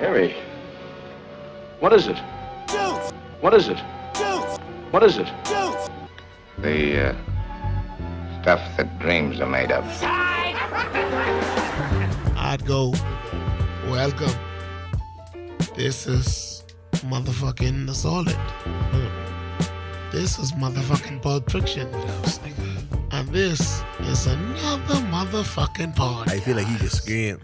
Harry. What is it? What is it? What is it? The uh, stuff that dreams are made of. I'd go, welcome. This is motherfucking The Solid. This is motherfucking Pulp Fiction. And this is another motherfucking podcast. I feel like he just screamed.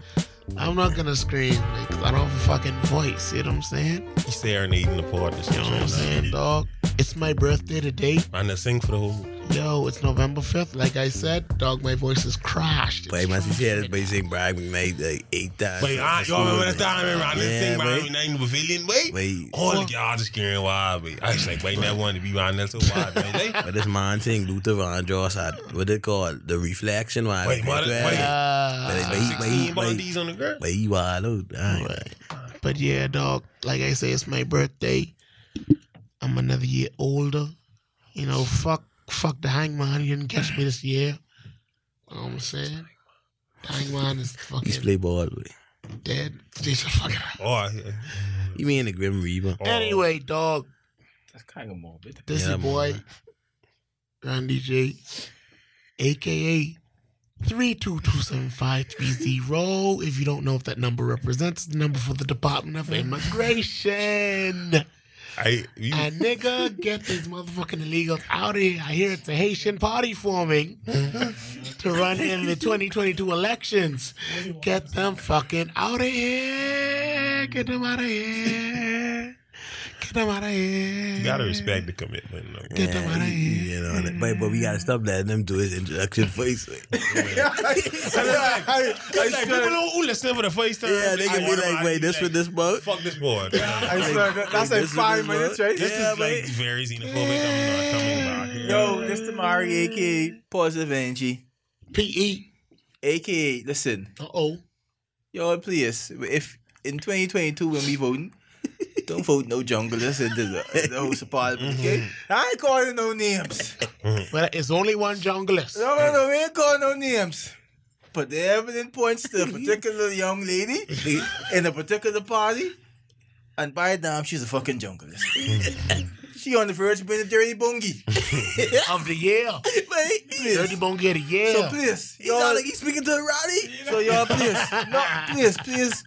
I'm not gonna scream because I don't have a fucking voice. You know what I'm saying? He's serenading the part. You know what I'm saying, dog? It's my birthday today. I'm not sing for the whole. Yo, it's November 5th. Like I said, dog, my voice is crashed. But he must have said it, but he sing Brian McKnight like eight times. Wait, I, uh, y'all remember that time? Remember, I didn't Yeah, sing boy. Ryan McKnight in the pavilion, wait. Wait. All the y'all just scaring wild, wait. I was like, wait, that wanted to be Ryan Nelson wild, man. Wait, But this man sing Luther Vandross at what it called? The reflection one. Wait, what- Well, wait. But, Uh, he- but he, but he, Sixteen but he, bundies on the girl. but he wild out. Oh, All right. but yeah, dog, like I say, it's my birthday. I'm another year older. You know, fuck fuck the hangman. He didn't catch me this year. You know what I'm saying? The hangman is He's fucking play ball with it. dead. He's a fucking Oh, He mean the Grim Reaper. oh. Anyway, dog, That's kind of morbid. this Yeah, your boy, man. Randy J, aka 3227530. If you don't know if that number represents the number for the Department of Immigration. I, you, A nigga, get these motherfucking illegals out of here. I hear it's a Haitian party forming to run in the 2022 elections. Get them fucking out of here. Get them out of here. Get them out of here. you gotta respect the commitment. though. Get them out of he- he, here. You know, and it- but, but we gotta stop letting them do his introduction voice. like. And it's like, it's like people who- who listen for the first time. yeah, they I can be wanna- I like, wait, this with this boat? Fuck this board. I swear, that- that's like this is five his work. minutes, right? This Yeah, is like mate. very xenophobic. I'm not coming back here. Yo, this is Mari, aka Positive Energy, PE. aka listen, Uh oh. y'all please, if in 2022 when we voting, don't vote no junglers in the, in the House of Parliament, Mm-hmm. okay? I ain't calling no names. But it's only one junglist. No, no, no, we ain't calling no names. But the evidence points to a particular young lady in a particular party, and by damn, she's a fucking junglist. she on the verge of being a dirty bungie. Of the year. Mate, Dirty please. Bone Get a year. So please, He sound y'all, like he's speaking to a Roddy. So y'all, please, no, please, please,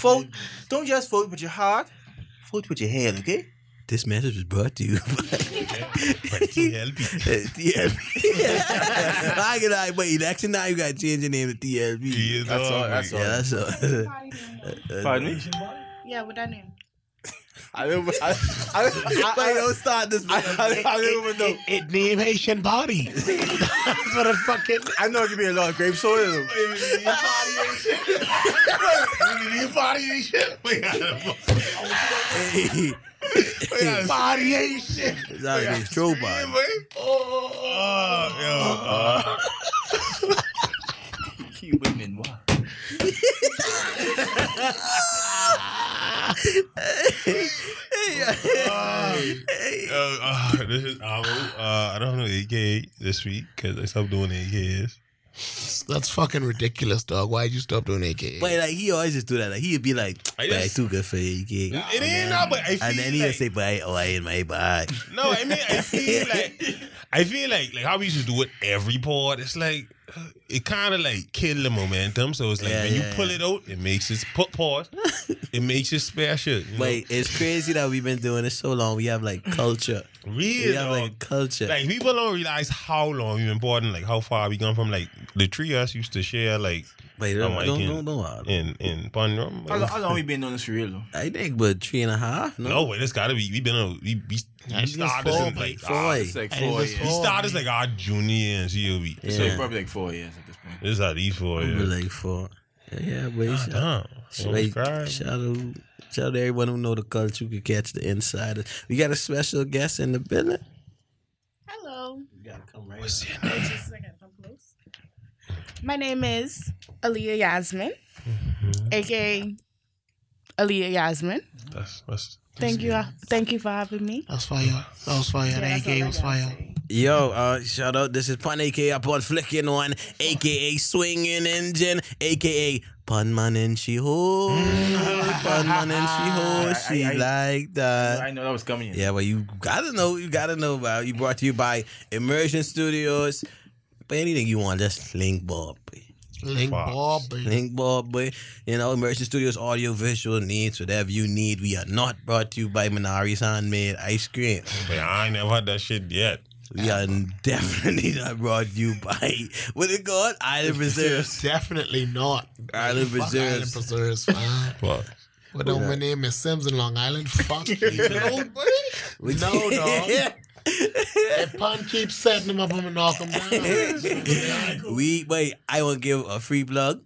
vote. Don't just vote with your heart. Vote with your head, okay? This message was brought to you by But TLP. TLB. I can like, but election now you gotta change your name to TLB. That's all, that's Oh, Yeah, that's all. Pardon me. Yeah, with that name. I don't. I, I, Wait, I, don't start this. I, I, I don't even know. It, it named Haitian party. That's what it fucking. I know it could be a lot of grape soda. though. Hey, Party Haitian. it's all this strobe on. uh, You women, wow. Uh, uh, this is Amo. Uh, I don't know AK this week because I stopped doing AKs. That's fucking ridiculous, dog. Why'd you stop doing AKA? But like he always just do that. Like he'd be like, I "I just- too good for you, kid." It ain't not, but I feel And then he'll like, say, "But I, oh, I in my bag." no. I mean, I feel like I feel like like how we used to do it every part. It's like uh, it kind of like kill the momentum. So it's like Yeah, when you yeah, pull yeah. it out, it makes it put pause. it makes it special. You know? Wait, it's crazy that we've been doing this so long. We have like culture. real. We have dog. like culture. Like people don't realize how long we've been boarding, like how far we gone from like the three of us used to share like Wait, I'm don't, like don't, don't, in- don't, in in Pun Room. How, lo- how long we been doing this for real, though? I think but three and a half. No, No, wait, it's gotta be we been a we we, we it's started four, in like Like, our, boy. It's like And it four was years. we started as like our junior year in COB. Yeah. So So probably like four years at this point. this is how these four I'll be years. like four. Yeah, but it's- Ah, Damn. Don't like, cry. shout out, shout out to everyone who know the culture. You can catch the insider. We got a special guest in the building. Hello. What's your Oh, Jesus, I gotta come close. My name is Aaliyah Yasmin, Mm-hmm. aka Aaliyah Yasmin. That's, that's, Thank you, thank you for having me. That's fire. That was fire. Yeah, that that's all AKA I was gotta fire. say. Yo, uh, shout out. This is Pun, aka Pun Flicking One, aka Swinging Engine, aka Pun Man and She Ho. Pun and then she whore. I- She I- like that. I know that was coming in. Yeah, well, you gotta know. You gotta know about. You brought to you by Immersion Studios. But anything you want, just link Bob. Link Fox. ball, Mm-hmm. baby. Link Bob, boy. You know, Immersion Studios audio visual needs whatever you need. We are not brought to you by Minari's handmade ice cream. But I ain't never had that shit yet. We are definitely not brought to you by what it called Island Reserves. Definitely not. Island Fuck Island Reserves. preserves. man. But What do my name is Sims in Long Island? Fuck you. We- No, dog. If Pun keeps setting him up, I'm gonna knock him down. we wait. I want to give a free plug.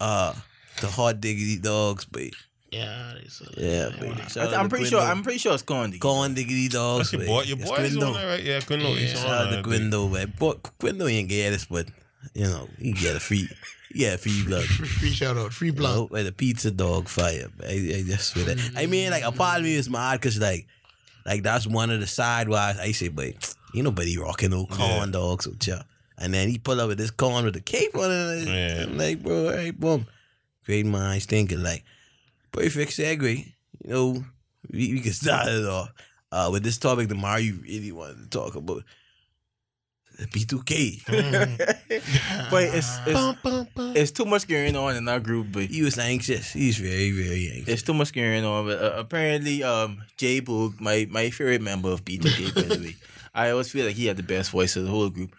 Uh, the hot diggity dogs, but yeah, it's a- yeah, baby. I th- I'm pretty sure. I'm pretty sure it's Condi. Gone diggity dogs. that's your bae. boy. Your It's boy is on Gwindo. that, right? Yeah, Quindo. Yeah. He's Shout on out to that. bitch. Gwindo, man. Boy, Gwindo ain't get us, but you know he get a free, yeah, free blood. Free, free shout out, free blood. Nope, and the pizza dog fire. man. I, I just with it. I mean, like a part of me is mad because like, like that's one of the sidewise. I say, but ain't nobody rocking no corn Yeah. dogs with ya. And then he pull up with this corn with a cape on it. Yeah. I'm like, bro, hey, boom. Great minds thinking like, perfect segue. You know, we, we can start it off uh, with this topic that Mario really wanted to talk about. The B2K. Mm. But it's it's, it's too much going on in our group. But he was anxious. He's very, very anxious. it's too much going on. But uh, apparently, um, Jay Boog, my my favorite member of B2K, by the way, I always feel like he had the best voice of the whole group.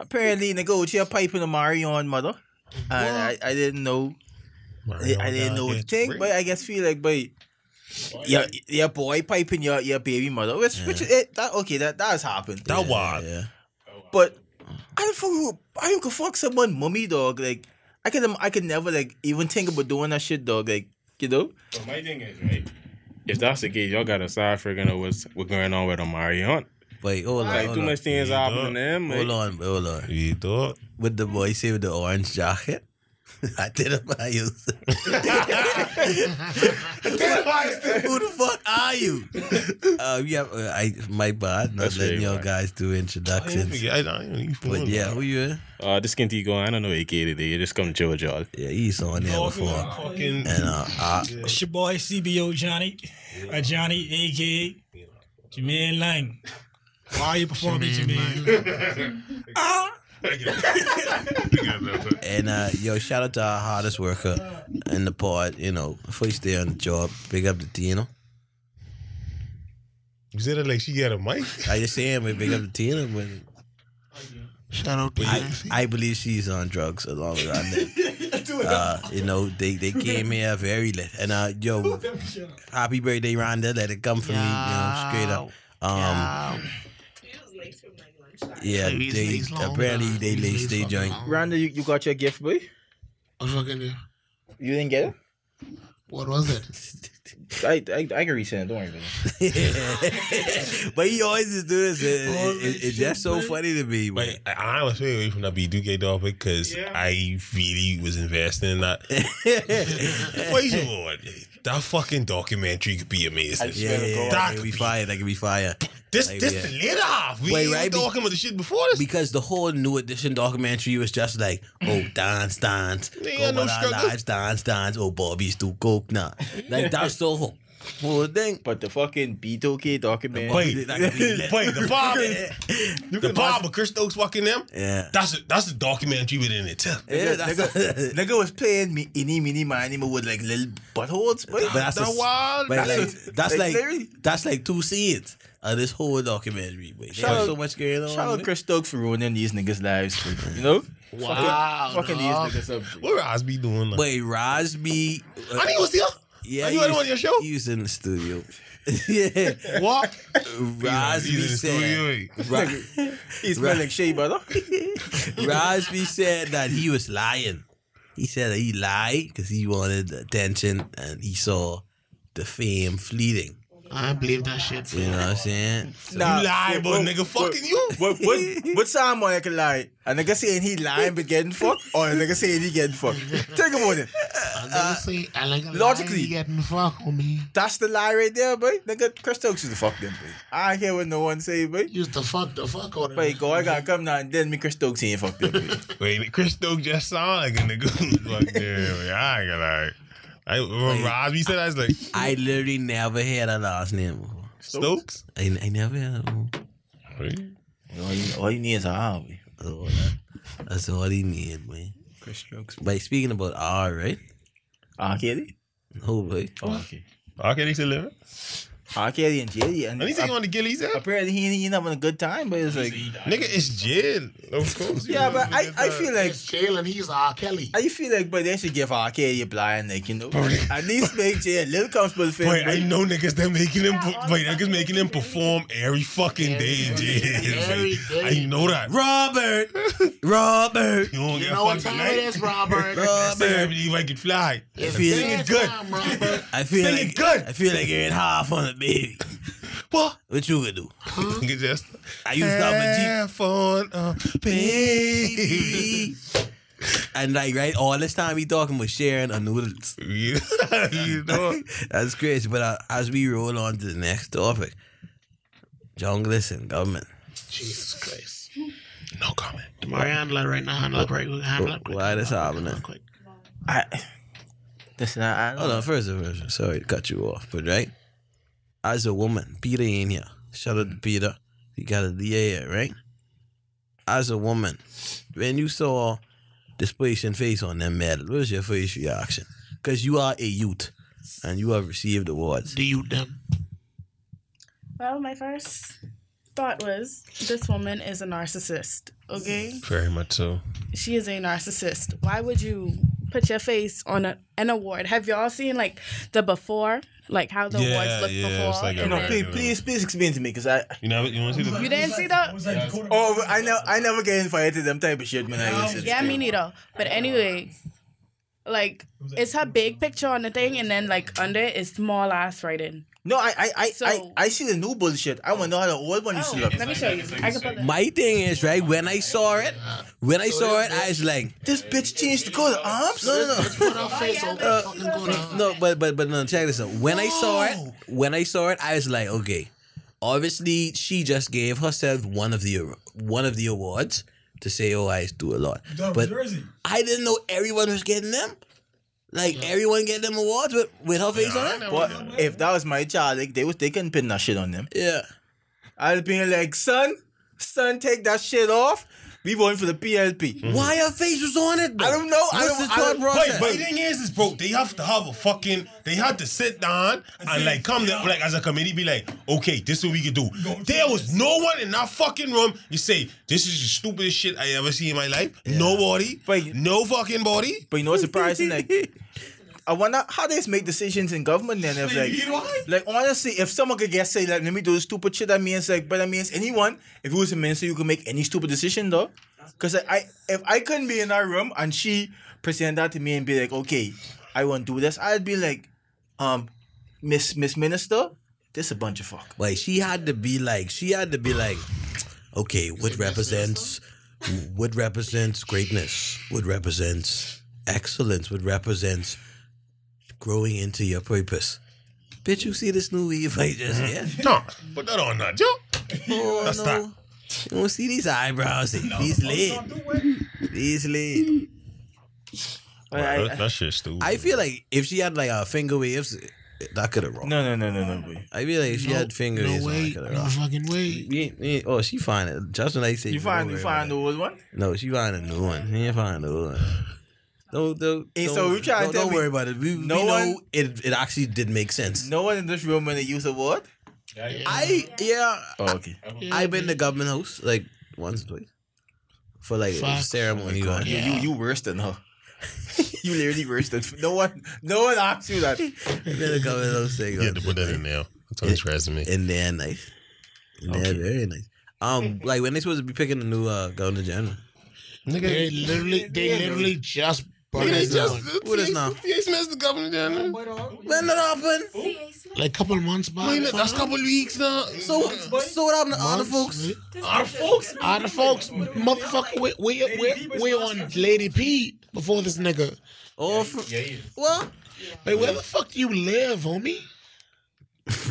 Apparently, nigga, you're piping a Marion mother, and I, I didn't know I, I didn't know what to think, but I guess feel like, but your your boy piping your your baby mother, which which it, that okay that that has happened. That wild. Yeah. But I don't fuck who I don't go fuck someone mummy dog like I can I can never like even think about doing that shit dog like you know So my thing is, right? If that's the case, y'all gotta start figuring out what's what's going on with Omarion. Wait, hold on. Like oh, hold too on. much things Yeah, happening to him. Hold like- on, hold on. You thought? What the boy say with the orange jacket? Identify yourself. Identify yourself. Who the fuck are you? Uh, yeah, uh, I my bad. Not That's letting really y'all bad. guys do I didn't introductions. forget. I I didn't even But know. yeah, who you? Are? Uh, this skinty going. I don't know AK today. It just come to chill with y'all. Yeah, he's on there Talking before. about fucking- And uh, uh, It's your boy CBO Johnny, uh, Johnny aka Jermaine Lang. Why are you performing, Jermaine? and uh, yo, shout out to our hardest worker in the pod. You know, first day on the job. Big up the Tino. You said it like she got a mic. I just saying, we big up the Tino. But Shout out to I, Nancy. I believe she's on drugs along with our name. uh, you know, they, they came here very late. And uh, yo, happy birthday, Rhonda. Let it come from me, you know, straight up. Um, yeah, Please, they please, long apparently time. they Please, please, laced they fucking joint. long. Randa you, you got your gift boy What fucking do- you didn't get it What was it? I I, I can resend it don't worry about it but he always just do this. It- it- it- it's just so funny to me. man. But I, I was way away from that B2K topic because I really was investing in that. Praise the Lord. That fucking documentary could be amazing. yeah, yeah, yeah, that That could could be fire. That could be fire. This Like, this yeah. the later half. We Wait, ain't right, be- talking about the shit before this. Because the whole new edition documentary was just like, oh, dance, dance, go ain't got no with our struggle. lives, dance, dance, oh, Bobby's do coke now. Like, that's the whole, whole thing. but the fucking B2K document Wait, That could be lit. wait, the Bob, the Bob of Chris Stokes fucking them. Yeah. That's a, that's a documentary within itself. Yeah, that's Nigga was playing me any mini mini with like little buttholes, boy. But that's That a- wild. but like, That's- that's like, like literally. that's like two scenes of this whole documentary. But Shout there's out- so much going on. Shout out man. Chris Stokes for ruining these niggas' lives, boy. you know? Wow, fucking dog. these niggas up. boy. What Roz be doing? Like, Wait, Rosby. uh, and he was here. yeah, Are you he on was- one of your show? He was in the studio. yeah, What? He's in Rosby the said. studio, eh? Ro- He smell Right. like shea butter. Rosby said that he was lying. He said that he lied because he wanted attention and he saw the fame fleeting. I believe that shit. You know what I'm saying? So- Nah. You lie, but Whoa, nigga, whoa, fucking you. What what what sound man can lie? A nigga saying he lying but getting fucked, or a nigga saying he getting fucked. Think about it. I never say I like a logically- lie getting fucked with me. That's the lie right there, boy. Nigga, Chris Stokes used to fuck them, boy. I ain't hear what no one say, boy. Used to fuck the fuck out of But me. God, I gotta come now and then me Chris Stokes ain't fucked them, boy. Wait, Chris Stokes just sound like a nigga. who's Fuck, damn, I ain't gonna lie. I remember Osby said that, I was like I literally never had a last name before. Stokes. I, I never had one. All you, all you need is a hobby. Oh, that- that's all he need, man. Chris Strokes. But speaking about R, right? R. Kelly? No, boy. Oh, okay. R. Kelly still living. R. Kelly and Jay. And And he's ap- on the Gillies app. apparently he ain't eating up on a good time, but it's like. Nigga, it's Jid. Of course. Yeah, but I, I feel like. It's Jalen. He's R. Kelly. I feel like, but they should give R. Kelly a blind, like, you know. At least make Jay a little comfortable for Boy, him. I but- know niggas that making him, boy, niggas making him perform every fucking day, Jid. every I know that. Robert! Robert! You don't You get know what fucked time it is, Robert? That's it, I believe I can fly. It's Feeling dance good. time, Robert. I feel Singing like good. I feel like you're in half on it, baby. What? What you gonna do? Mm-hmm. Nigga just I used to have a have fun, uh, baby. Jeep. and like right all this time we talking about sharing our noodles. you you know, That's crazy. But uh, as we roll on to the next topic, junglist and government. Jesus Christ. no comment. Mario, handle it right now. Handle it right. Handle it quick. Why this happening? Quick. I, listen, I, I don't Hold on, first of all, sorry to cut you off, but right? As a woman, Peter ain't here. Shout out to Peter. You got a DA here, right? As a woman, when you saw this patient face on that medal, what was your first reaction? Because you are a youth and you have received awards. Do you them? Well, my first thought was this woman is a narcissist. Okay, Very much so. she is a narcissist. Why would you put your face on a, an award? Have y'all seen like the before, like how the Yeah, awards look yeah, before? it's like a and know. then- Please, please, please explain to me, because I. You know, you want to see the you didn't see that? Oh, I never, I never get invited to them type of shit when I listen. Yeah, me neither. But anyway, like it's her big picture on the thing, and then like under it is small ass writing. No, I, I, I, So- I, I see the new bullshit. I want to know how the old one used Oh, to look. let me show you. I can put that. My thing is, right, when I saw it, when I saw it, I was like, This bitch changed the color arms. no, no, no. Put our face on that fucking good arm. No, but but but no, check this out. When I saw it, when I saw it, I was like, okay. Obviously, she just gave herself one of the one of the awards to say, oh, I do a lot. But Jersey. I didn't know everyone was getting them. Like everyone get them awards with, with her face on it. But if that was my child, like, they was they couldn't pin that shit on them. Yeah. I'd be like, son, son, take that shit off. We voting for the PLP. Why her face was on it? Though? I don't know. I What's don't- the I thought don't- Wait, process? but the thing is, is bro, they have to have a fucking, they have to sit down and like come to, like as a committee, be like, okay, this is what we can do. There was no one in that fucking room. You say this is the stupidest shit I ever seen in my life. Nobody, But- no fucking body. But you know what's surprising? Like, I wonder how they make decisions in government then. If like, like honestly, if someone could get say like, let me do stupid shit, that means like, but that means anyone. If you was a minister, you could make any stupid decision though. Cause like, I, if I couldn't be in that room and she present that to me and be like, okay, I want to do this, I'd be like, um, Miss Miss Minister, this a bunch of fuck. Like she had to be like she had to be like, okay, what represents what represents greatness? What represents excellence? What represents growing into your purpose? Bitch, you see this new wave I just yeah. No, put that on that, Joe. Oh, That's no. that. You don't see these eyebrows. These lit. These lit. But I- I- shit stupid. I feel like if she had like a finger waves, that could have rocked. no, no, no, no, no, boy. I feel like if she had finger No waves, way. that could have No rocked. fucking way. We ain't- we ain't- Oh, she fine. Just when I say You find you find the old one. No, she find a new one. She ain't find a new one. Don't, don't, Hey, don't, so you trying to don't, tell don't me worry about it. We, we no know one- it, it actually did make sense. No one in this room when they use a word. I, yeah, Oh, okay. I've been to government house like once or twice for like a Fuck. ceremony. going. You, you, you worse than her. you literally worse than no one. No one asked you that. I've been to government house thing. you had to put that in there. It's on his resume. And they're nice. And they're very nice. Um, like when they supposed to be picking a new uh, governor general. They literally, they literally just burned us down. What is now? Smith's the governor general. When it happened? Like a couple months back. That's a couple weeks now. So, so what happened to all the folks? our folks. Are the folks, motherfucker, we we we we on Lady P before this nigga. All fr- well, Wait, where the fuck do you live, homie?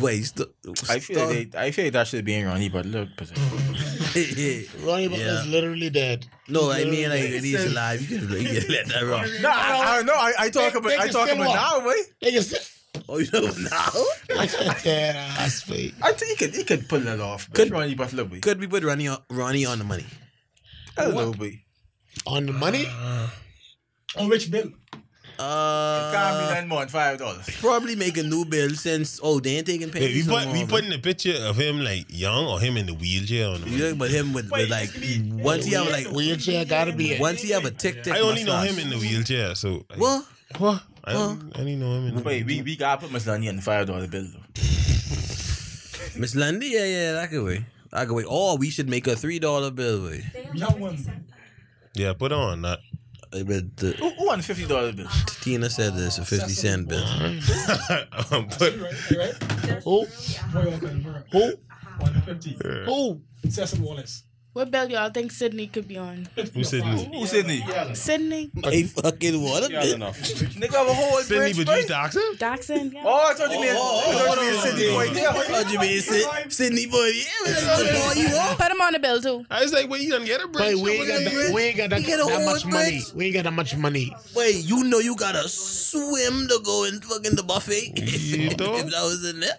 wait. St- I st- feel like they, I feel like that should be in Ronnie, but look, but- Ronnie Butler Yeah. is literally dead. No, I mean like when he's alive, you can, you can let that rock. No, I, I don't know. I, I talk They- about they I can talk still about walk. now, boy. They can still Oh, you know now? dead ass feet. I think he could he could pull that off. Good Could- Ronnie Butler, boy. Could we put Ronnie on, Ronnie on the money? I don't know, boy. On the money? Uh, Oh, Rich Bill. Can't be Uh, none more than five dollars. probably make a new bill since oh they ain't taking Hey, we pennies. no put we more, putting a picture of him like young or him in the wheelchair on the. man. You look but him with, with like once he have like Wheelchair gotta be it. once he have a tick tick. I only know mustache. him in the wheelchair, so I- What? What? I, don't- I only know him in. The Wait, we, we gotta put Maslany on the five dollar bill though. Miss Lundy? Yeah, yeah, that could way. That could way. Or we should make a three dollar bill. Way. We have one. Yeah, put on that. I bet the, Who, who on the fifty dollar bill? Tina said there's a fifty cent bill. Um, put Right? Who? Roy O'Connor. Who? 150. Who? Cecil Wallace. What bill y'all think Sydney could be on? who said me? Who Sydney? Sydney? Hey, fucking water. Y'all enough. Nigga have a whole Sydney, bridge, but boy. you doxing? Dachshund? Yeah. Oh, I thought you meant I thought you meant Sydney boy. Oh, you mean Syd- Sydney boy? Yeah, we like, what more you want? Put him on the bill too. I was like, wait, you done get a Wait, break? we ain't got that, we ain't got that, You get a that whole much money. bitch. We ain't got that much money. Wait, you know you gotta swim to go and fucking the buffet. You if that don't? was in there.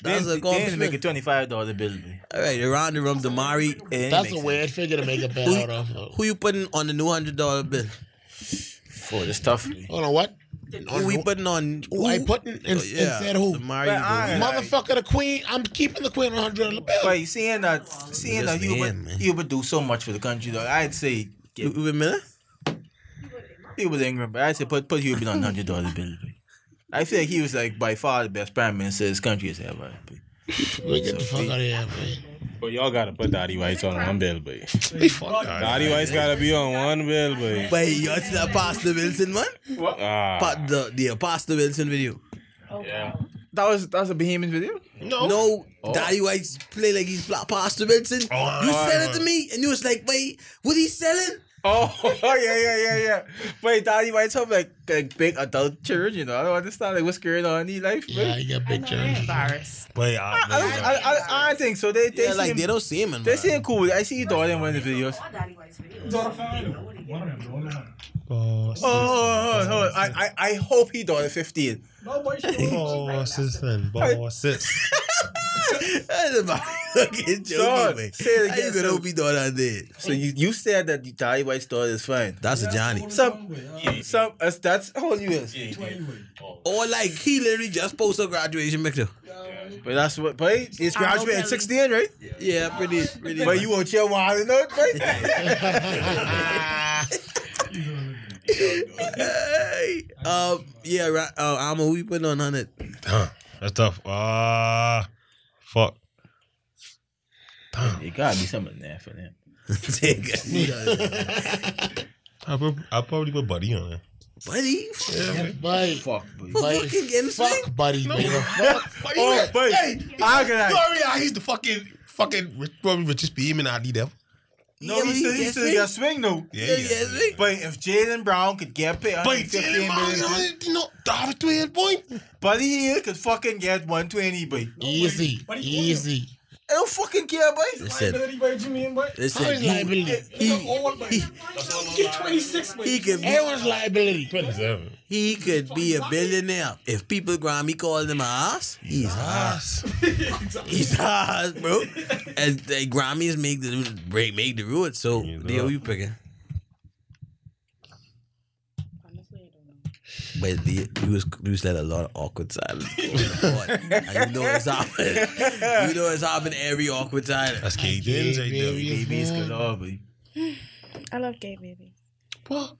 That's a Then then make a compliment. twenty five dollar bill. boy. All right, around the room, Damari. And That's a weird figure to make a bet out of. Hold Who you putting on the new hundred dollar bill? Oh, that's tough. boy. on, what? Who Oh, we putting on? Who I putting and, and said who? Damari. But I- Motherfucker, the queen. I'm keeping the queen on hundred dollar bill. But seeing that, seeing that Just Hubert, man, man. Hubert do so much for the country, though, I'd say You, get you remember? Hubert Ingram. But I'd say put put Hubert on hundred dollar bill. boy. I feel like he was like by far the best prime minister this country has ever. had, boy. We get the fuck out of here, man. But y'all gotta put Daddy White on one bill, boy. We fuck. Daddy White's gotta be on one bill, boy. Wait, you see that Pastor Wilson man? Ah, Pa- the the Pastor Wilson video. yeah. That was that was a Bohemian video. No. No, Daddy White's play like he's Pla- Pastor Wilson. Oh, you oh, sell oh. it to me, and you was like, wait, what he selling? Oh, yeah, yeah, yeah, yeah. Wait, Daddy White's up like a big adult church, you know. I don't understand like what's going on in his life. boy. Yeah, you got big John. Embarrassed. Wait, I, don't, I, I, I think so. They they Yeah, like seem, they don't see him. In they seem cool. I see you doing in one of the videos. One of them, the only one. oh, Oh, hold on, hold on. I, I, I hope he daughter 15. No, boy, she sis, and boss, sis. That's about fucking Son, joking, man. say it How you again, gonna son. hope he thought I did? So you, you said that the Daddy White's daughter is fine. That's a Johnny. Some, some, uh, that's how old you is. Or like he literally just posted a graduation picture. But that's what, but it's I know graduating Kelly. 16, right? Yeah, pretty, pretty. But you out here wilding out, right? Hey, um, yeah, right. Uh, I'm a we put on hundred. Huh, that's tough. Ah, fuck. It gotta be something there for them. Buddy, I prob- I probably put buddy on it. Bye. Fuck, boy. for Why- fucking getting swing. Fuck, buddy. man. Buddy, Oh, boy. hey, I can you already out. He's the fucking fucking rich, probably richest beam in ID devil. No, he still, he still got swing though. Yeah, yeah, swing. But if Jalen Brown could get paid But 115 Jalen million, Brown, you know, David Twin point. Buddy Hill could fucking get 120, boy. Easy, easy. I don't fucking care, boy. Listen, Liability, boy, you mean, boy? How listen. is He, liability? he, You're 26, boy. he could be, Everyone's liability. Seven. he could be a billionaire if people Grammy called him a ass. He's ass. He's ass, bro. And the Grammys make the break, make the rules. So, He's Leo, up. you picking? But the, we was we was let a lot of awkward silence. go on. and you know it's happened. You know it's happened every awkward silence. That's K. Dins right there. Babies galore, boy. I love gay baby. What?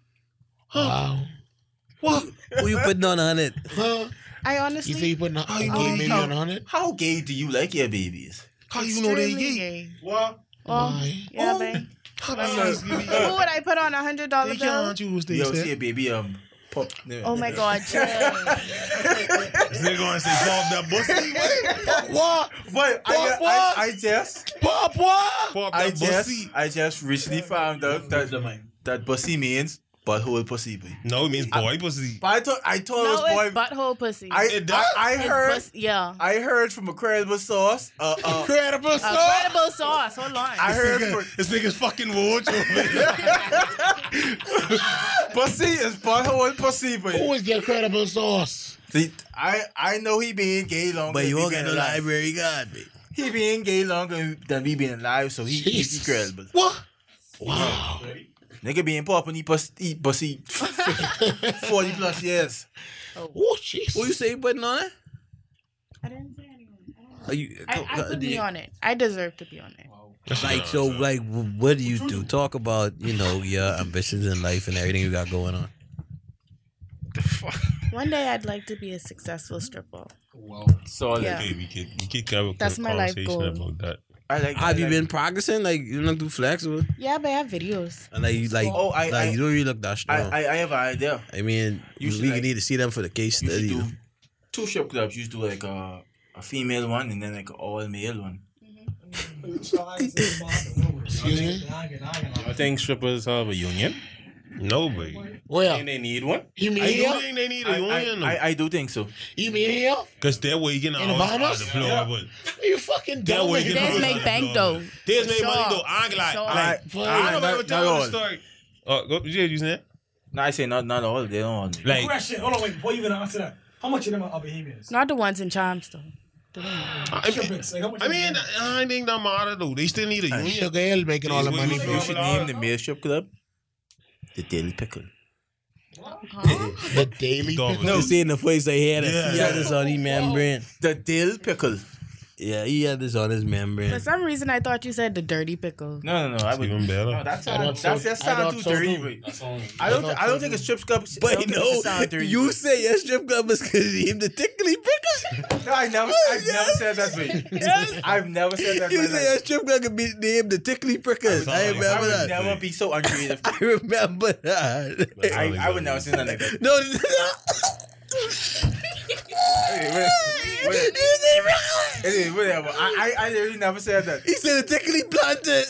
Wow. Who you putting on on it? Huh? I You say honestly you putting a, a gay baby on hundred? How gay do you like your babies? How you know they extremely gay? gay. What? Oh, Why? yeah, babe. How do you know they gay? Who would I put on a hundred dollar They bill? can't use You they ever see a said. baby um pop? Oh my god, chill. They're going to say, pop that pussy. What? Boy, I, I, what? I just, Pop what? Pop I that just, pussy. I just recently found out that that bussy means Butthole pussy, boy. No, it means boy pussy. But I thought I thought No, it was it's boy. butthole pussy. I, It does? I, I It's heard bus- yeah. I heard from a credible source. Uh, uh, Incredible Incredible sauce. Hold on. I heard from This nigga's fucking watch. Who pussy is butthole pussy, Who boy. is the incredible sauce? See, I I know he being gay longer. But than you we all been got no alive. library guard, babe. He being gay longer than we been alive, so he he's Jesus. incredible. What? Wow. Nigga being pop and he pussy, he pussy forty plus years. Oh, jeez. What you say you putting on it? I didn't say anyone. Are you, I, I could be on it. I deserve to be on it. Like so, like wh- what do you do? Talk about you know your ambitions in life and everything you got going on. One day I'd like to be a successful stripper. Solid. Yeah. we can we can have a That's my life conversation goal. about that. I like. Have you like- been practicing? Like you're not too flexible, Yeah, but I have videos. and like you like, Oh, I- like I- you don't really look that I, strong. I, I I have an idea. mean, You you should, we like- need to see them for the case You should study. do two strip clubs. You should do like a a female one and then like an all male one. I think strippers have a union. Nobody. Well, And they need one. you mean I don't here? think they need I, a union. I, I, I do think so. You mean here? Because they're waking In hours Bahamas? out of the floor, but Are you fucking they're dumb? waking There's hours make out the bank, floor. though. There's make Sure. money though. I ain't like, Sure. like Boy, I don't not- ever not tell the all. story. Oh, go, yeah, you saying? No, I say not not all. They don't all. Like, Question. Hold on, wait. Before you even answer that, how much of them are Bahamians? Not the ones in Charms, though. I mean, I mean, I ain't think that matter though. They still need a union. Sugar Hill making all the Wait, money, wait, bro. You should name the male strip club the Daily Pickle. The Daily Dog, Pickle. No, see in the face they had. Yeah. He had this on his membrane. The Dill Pickle. Yeah, he had this on his membrane. For some reason, I thought you said the dirty pickle. No, no, no. I would. Even No, better. that's I sound, thought that's so- that I sound thought too so dirty. too. wait. I don't. I don't think a strip club. I But don't think no, it sound dirty. you say your strip club is named the tickly pickle. No, I never. I've never said that. Wait. I've never said that. in my You life. say your strip club could be named the tickly pickle. I like- remember I would that. never be so uncreative. I remember that. I, I would never say that like that. No, Anyway, wait, You say pickle. anyway, whatever. I, I, I literally never said that. He said a tickly planted.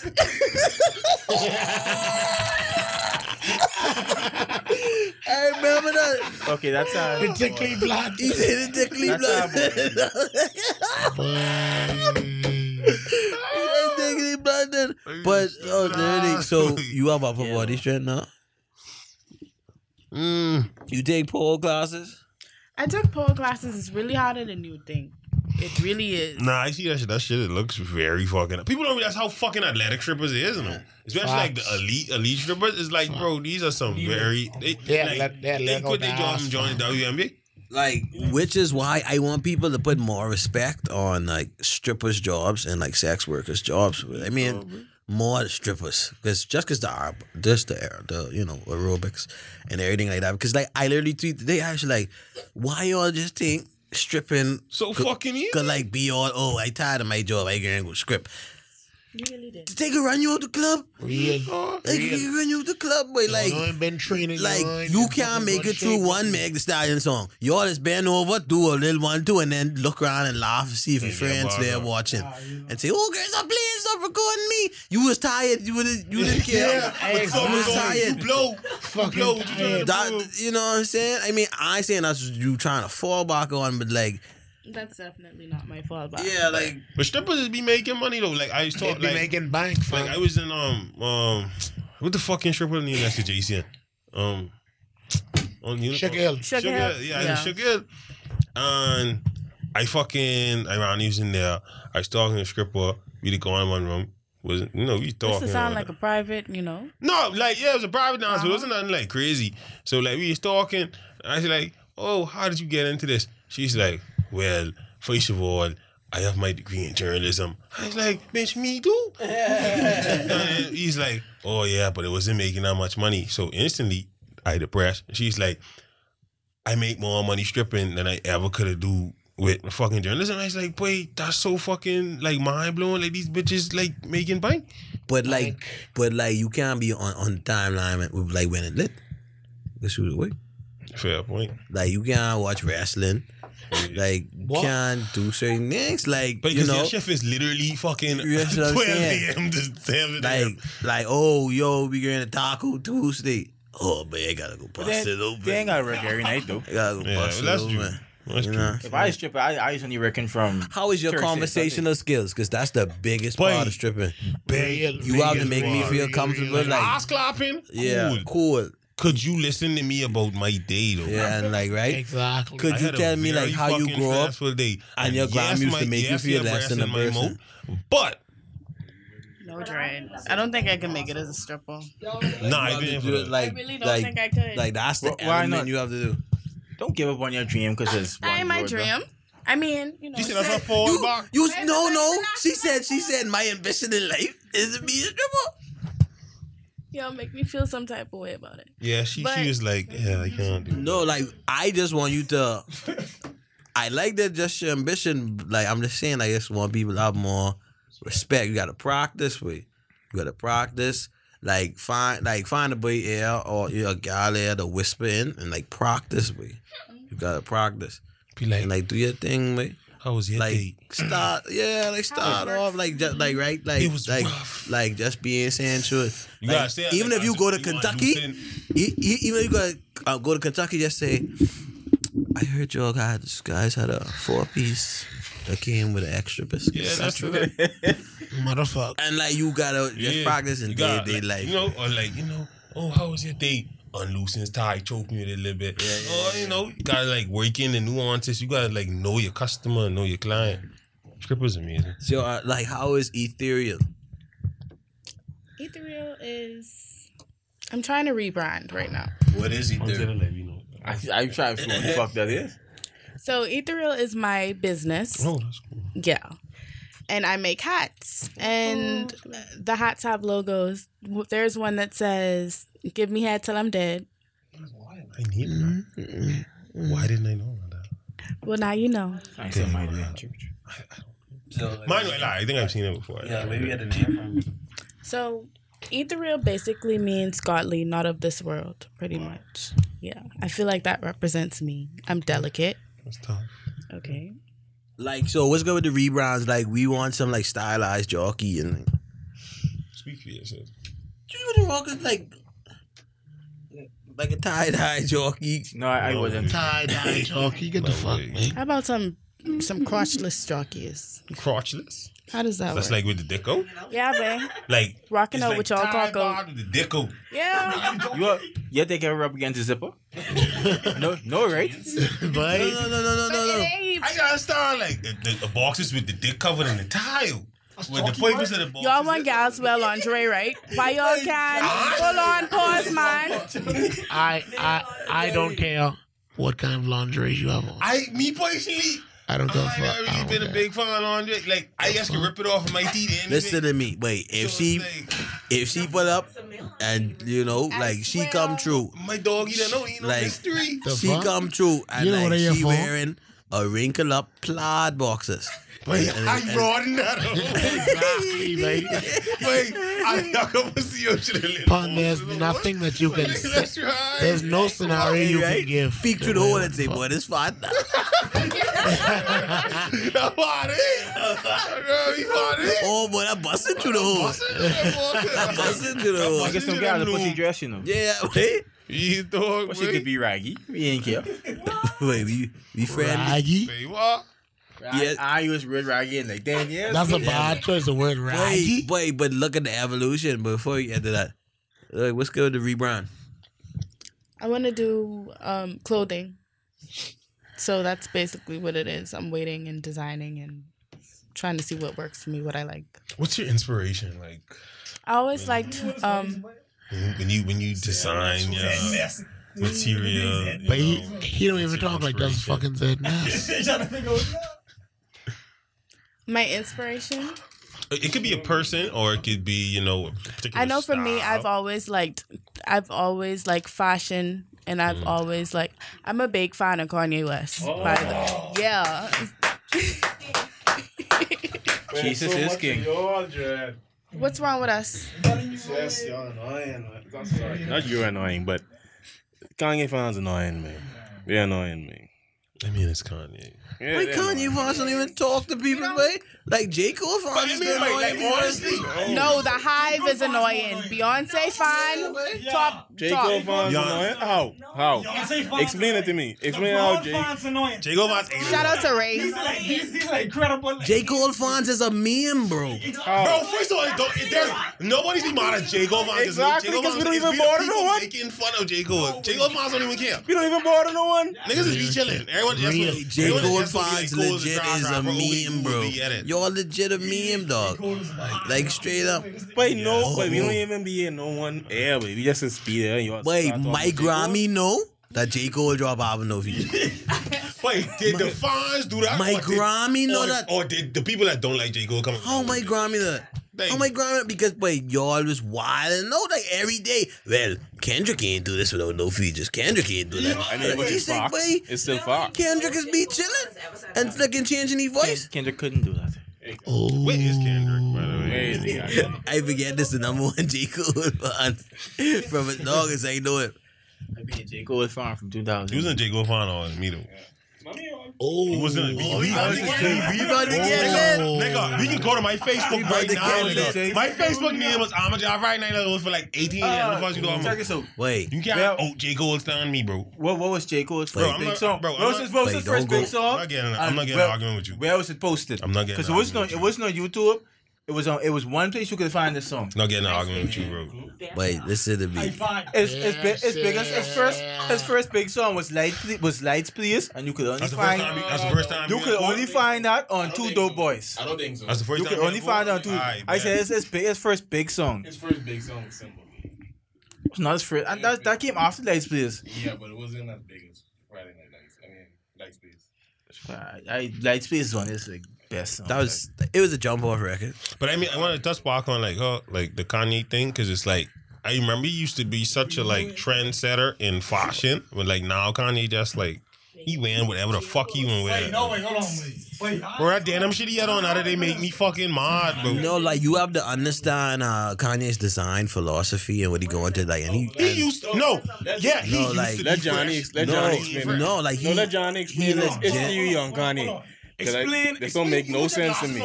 I remember that. Okay, that's uh, how. The tickly blood. He said a tickly That's planted. tickly planted. But oh, there it is. So you have upper body strength now. Mm. You take pole classes. I took pole classes. It's really harder than you think. It really is. Nah, I see that shit. That shit it looks very fucking. People don't realize how fucking athletic strippers is, you know. Especially like the Facts. elite elite strippers. It's like, bro, these are some very they They're like, athlet- they're they athletic quit on their the job ass, and join the WNBA. Like, which is why I want people to put more respect on like strippers' jobs and like sex workers' jobs. I mean, more strippers because just because the arab, just the air, the you know aerobics and everything like that. Because like I literally tweet today, I was like, why y'all just think stripping So could, fucking easy. could like be all oh I tired of my job, I can't go script. You really did. They can run you out the club, Real. they can run you out the club, but like. you ain't been training. Like you can't make it through one Meg the Stallion song. You all just bend over, do a little one two, and then look around and laugh, see if your Yeah, yeah, friends bar, there bar. watching, and say, "Oh, girls, stop playing, stop recording me." You was tired. You didn't. You didn't care. But so you was so you tired. blow. Fucking blow. What you trying to tired. do? That, you know what I'm saying? I mean, I ain't saying that's what you trying to fall back on, but like, That's definitely not my fault. But yeah, like But strippers just be making money though. Like I used to They talk be like, making bank. like I was in um um what the fucking stripper name next to JCN? Um on you Sugar Hill. Sugar Sugar, Hill? Hill, yeah, Yeah. yeah. Sugar. Hill. And I fucking around he was in there. I was talking to Scripper. We did go in one room. Was you know we this talking. would sound and all like a private, you know. no, like yeah, it was a private dance, but it wasn't nothing like crazy. So like we was talking, and I was like, "Oh, how did you get into this?" She's like, "Well, first of all, I have my degree in journalism." I was like, "Bitch, me too." and then he's like, "Oh yeah, but it wasn't making that much money." So instantly, I depressed. She's like, "I make more money stripping than I ever could have do." With fucking journalism, I was like, boy, that's so fucking like mind blowing. Like these bitches like making bank. But like, but like, you can't be on on the timeline with like when it lit. This was way. Fair point. Like you can't watch wrestling. Like you What? can't do certain things. Like Because you your know, shift is literally fucking Yes, I'm 12 saying. a.m. to 7 like a.m. like oh yo, we getting a taco Tuesday. Oh man, I gotta go bust it open. They ain't got to work every night, though. I gotta go Yeah, bust that's it true. open. That's You true. know? If I strip, I, I usually reckon from. How is your Thursday, conversational skills? Because that's the biggest Wait. part of stripping. Big, You out to make me feel comfortable, like Ass clapping? yeah, Cool. cool, Could you listen to me about my day though? yeah, and like right. Exactly. Could I you had a tell me like very how you fucking grow up? fastful Day. and your grime yes, used my- to make you yes, feel your less breasts than a in my person? mouth, But No dread. I don't think I can make it as a stripper. You nah, I have to do didn't. it, feel that. like, really don't like, think I could. like that's the Wh- why element not? you have to do. Don't give up on your dream because it's. That one ain't my road, though. dream. I mean, you know. She said that's her phone box. You no no. She said she said my ambition in life is to be a stripper. Y'all make me feel some type of way about it. Yeah, she But- she was like, yeah, I can't do. No, like I just want you to. I like that just your ambition. Like I'm just saying, I just want people to have more respect. You gotta practice with. You gotta practice. Like find like find a boy here or you know, a guy there to whisper in and like practice with. You gotta practice Be like, and like do your thing with. how was your day? Like start, yeah, like start off like just like right, like It was like rough. like just being sensuous. You Like, gotta say it even like if you I'm go to just- you wanna do Kentucky, thin- E- e- even if you go uh, go to Kentucky, just say, "I heard y'all guys guys had a four piece that came with an extra biscuit." Yeah, that's true. Motherfucker. And like you gotta just Yeah. practice and You day got, day like, you know, or like you know, oh, how was your day? Unloosens tie, choke me with it a little bit. or you know, you gotta like work in the nuances. You gotta like know your customer, know your client. Strippers amazing. so uh, like how is ethereal? Ethereal is. I'm trying to rebrand right now. What is ethereal? I, I try to figure what the fuck that is. So Ethereal is my business. Oh, that's cool. Yeah. And I make hats. And the hats have logos. W- There's one that says, Give me head till I'm dead. I need that. Mm-hmm. Why didn't I know about that? Well, now you know. I said my dream. Mine, like, I think I've seen it before. Yeah, maybe the name from. So Ethereal basically means godly, not of this world, pretty much. Yeah. I feel like that represents me. I'm delicate. That's tough. Okay. Like so, what's good with the rebrands? Like we want some like stylized jockey and. Like, Speak for yourself. you the rock is like like a tie dye jockey. No, I, I wasn't. Mm-hmm. Tie dye jockey. Get the fuck, way. man. How about some some crotchless jockeys? Crotchless. How does that That's work? like with the dick out. yeah, babe. Like Rocking it's out like with y'all tie cock out. barred with The dick out. Yeah. You are, you think I rub against the zipper? no, no, right? No, But no, no, no, no, no, no. I gotta start like the, the, the boxes with the dick covered in the tile. With the purpose of the boxes. Y'all want gals wear lingerie, right? Why y'all can? Hold on, pause, man. I, I, I don't care what kind of lingerie you have on. I, me personally, I don't give a I fuck. ain't I really don't been a care. big fan of laundry. Like, I just can rip it off of my teeth. and Listen everything. to me. Wait, if So she it's if she put up and you know like she come true, like, my dog, you don't know, you know Like- history. The she fuck? come true, and You know what like they here she for. wearing a wrinkle up plaid boxes. Wait, and- I and- broadened that up. Exactly, baby. Wait, I'm not gonna see your shit a little Pun, more. there's nothing that you can Let's say. try. There's no scenario you Right? can give. Peek through the hole and say, "Boy, this fine." That's what it is. oh boy, that busted through the hole. That busted through the I hole. guess some guy has a pussy dress, you know. Yeah, wait, You dog, Or she could be raggy. We ain't care. wait, we we friendly. Raggy? Say what? Yeah. I, I use red raggy and like damn yeah. That's a bad choice of word, Wait, raggy. wait, but look at the evolution before you get to that. Like, what's good with the rebrand? I want to do um, clothing. So that's basically what it is. I'm waiting and designing and trying to see what works for me, what I like. What's your inspiration like I always liked um, when you when you design your material? But he, he don't even talk like that's fucking Zed now. my inspiration. It could be a person, or it could be you know. A particular I know for me, style. I've always liked, I've always liked fashion, and I've Mm. always like, I'm a big fan of Kanye West. By Oh. the, yeah, Jesus is king. what's wrong with us? Not you're annoying, but Kanye fans annoying me. They annoying me. I mean, it's Kanye. Yeah, Wait, yeah, Kanye West don't even talk to people, man. Like J. Cole But Fonz I is mean, like, like, annoying. honestly, No, the hive is annoying. Beyonce fine. Top J. Cole top. Fonz Y'all- annoying? How? How? Explain it to me. Explain how LeBron J. finds annoying. J. Cole Von's Shout out to Ray. He's like, he's, he's like credible. Like, J. Cole Fonz is a meme, bro. Bro, How? first of all, don't, it, there's nobody's be mad at J. Cole Von's. Exactly, J. Cole 'cause we Von's- don't it's even be the bother people no one. Making fun of J. Cole. J. Cole Von's don't even care. You don't even bother no one. Niggas is be chilling. Everyone just Really, J. Cole Fonz legit is a meme, bro. Y'all legit a meme, dog. Like straight up. But no, Oh. but we don't even be in no one air. But we just in speed air. You all Wait, start talking Mike to J. Cole. Grammy know that J. Cole drop album no feature. Wait, did the Fonz do that? Mike Or did- Grammy know or- that. Or did the people that don't like J. Cole come? Oh my Grammy that. Thank Oh my you. Grammy because wait, y'all was wild and no like every day. Well, Kendrick can't do this without no features. Kendrick can't do that. I mean, but He it's said, Fox. wait, It's still Fox. Kendrick is be chilling and fucking changing his voice. Kendrick couldn't do that. Oh, Wait, it's Kendrick, by the way. Crazy. I- I forget this the number one J Cole fan from as long as I know it. I mean, J. Cole was fine from 2000. He was in J. Cole Fonz on me though. Oh, He was in. oh, we- he I was think- in- we- we about to get Nigga, lit. Nigga, we can go to my Facebook right to now. get Nigga. lit. My Facebook name was Ahmad Jafar. Right now, that was for like 18 years. What the fuck you talking Check about? this out. Wait, You can't Yeah. oat J. Cole stand me, bro. What, what was J. Cole's Bro, first I'm big not- song? bro, I'm what was not- his, what was Wait, his first don't go- big song? I'm not getting- I'm And not getting where- an argument with you. Where was it posted? I'm not getting Because an it wasn't on, argument it with wasn't on YouTube. It was on. It was one place you could find this song. Not getting an argument with you, bro. wait, listen to Hey, me. fine. It's it's big, it's big as his first Yeah. his first big song was light Ple- was lights please and you could only That's the first find time. That's the first time. you me could and- only find that on don't two think dope so. boys I don't think so. That's the first you time. could me only and- find that on two. Alright, I bet. said it's his, big, his first big song. His first big song was Simple. It's not his first, and that that came after lights please. Yeah, but it wasn't as big as Friday Night Lights. I mean, Lights Please. I, I lights please one is like best song. That was it was a jump off record. But I mean, I want to touch back on like, oh, like the Kanye thing, because it's like I remember he used to be such a like trendsetter in fashion, but like now Kanye just like he wearing whatever the fuck he even Wait, no, wear. wait, hold on, wait. Wait, I- Bro, that damn shit he had on out of they make me fucking mad, bro. No, like you have to understand uh, Kanye's design philosophy and what he going to like, and he. He used no, yeah, he No, used like- to Let be Johnny fresh. ex- let no, Johnny explain it. no, like he, no, let Johnny explain he his, his legit- theory on Hold on, hold Kanye. on. 'Cause I- Explain- This don't make no sense to me.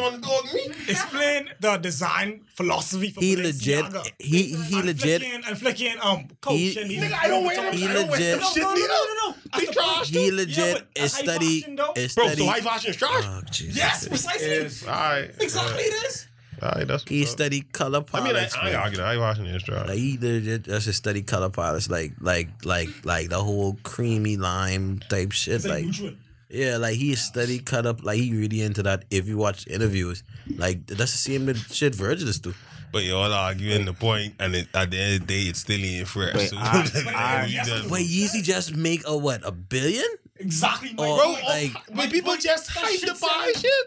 Explain the design philosophy for he legit, Balenciaga. he he And legit, flicking- and flicking um coach He- and Nigga, I don't wear them. He I don't wear legit- them shit No, no, no, neither. no, no. They That's the trash. he Yeah, legit but is high study, fashion, though. is Bro, so study. high fashion is trash. Oh, Jesus. Yes, precisely. All right, Exactly it is. all right, that's He study color I mean, I, palettes. I man. argue that high fashion is trash. Like he legit just to study color palettes, like like like like the whole creamy lime type shit. It's like Like neutral. yeah, like he study cut up. Like he really into that. If you watch interviews, like that's the same that shit Virgil is do. But y'all arguing the point, and it, at the end of the day, it's still in fresh. Wait, so, I- like, I- we done. Wait, Yeezy just make a what a billion? Exactly. my Or, point. bro, like- oh, but people just hype the shit's buy selling. shit.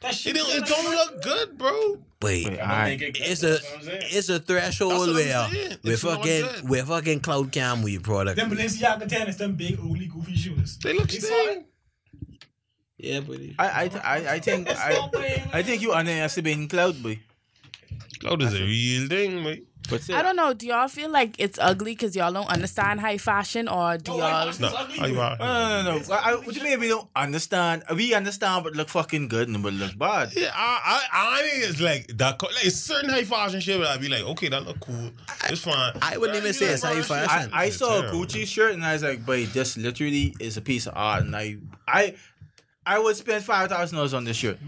that It shit don't, selling it don't like- look good, bro. Wait, I, it's a it's a That's what threshold I'm where saying. we're It's not fucking good. we're fucking cloud cam with your product. Them Balenciaga tennis, them big, ugly, goofy shoes. They look It's stale. Yeah, buddy. I, I, I think I, I think you underestimating Cloud Boy. Cloud is a real thing, mate. But I don't know. Do y'all feel like it's ugly because y'all don't understand high fashion, or Oh, do y'all? No, ugly, I- bro. I- Uh, No, no, no. no. I, I, what you mean we don't understand? We understand what look fucking good and what look bad. Yeah, I, I, I think it's like that. co- Like it's certain high fashion shit, but I'd be like, okay, that look cool. It's fine. I wouldn't even You say like it's high brown shit? fashion. I, I It's saw a terrible. Gucci shirt and I was like, "Boy, this literally is a piece of art." And I, I, I would spend five thousand dollars on this shirt.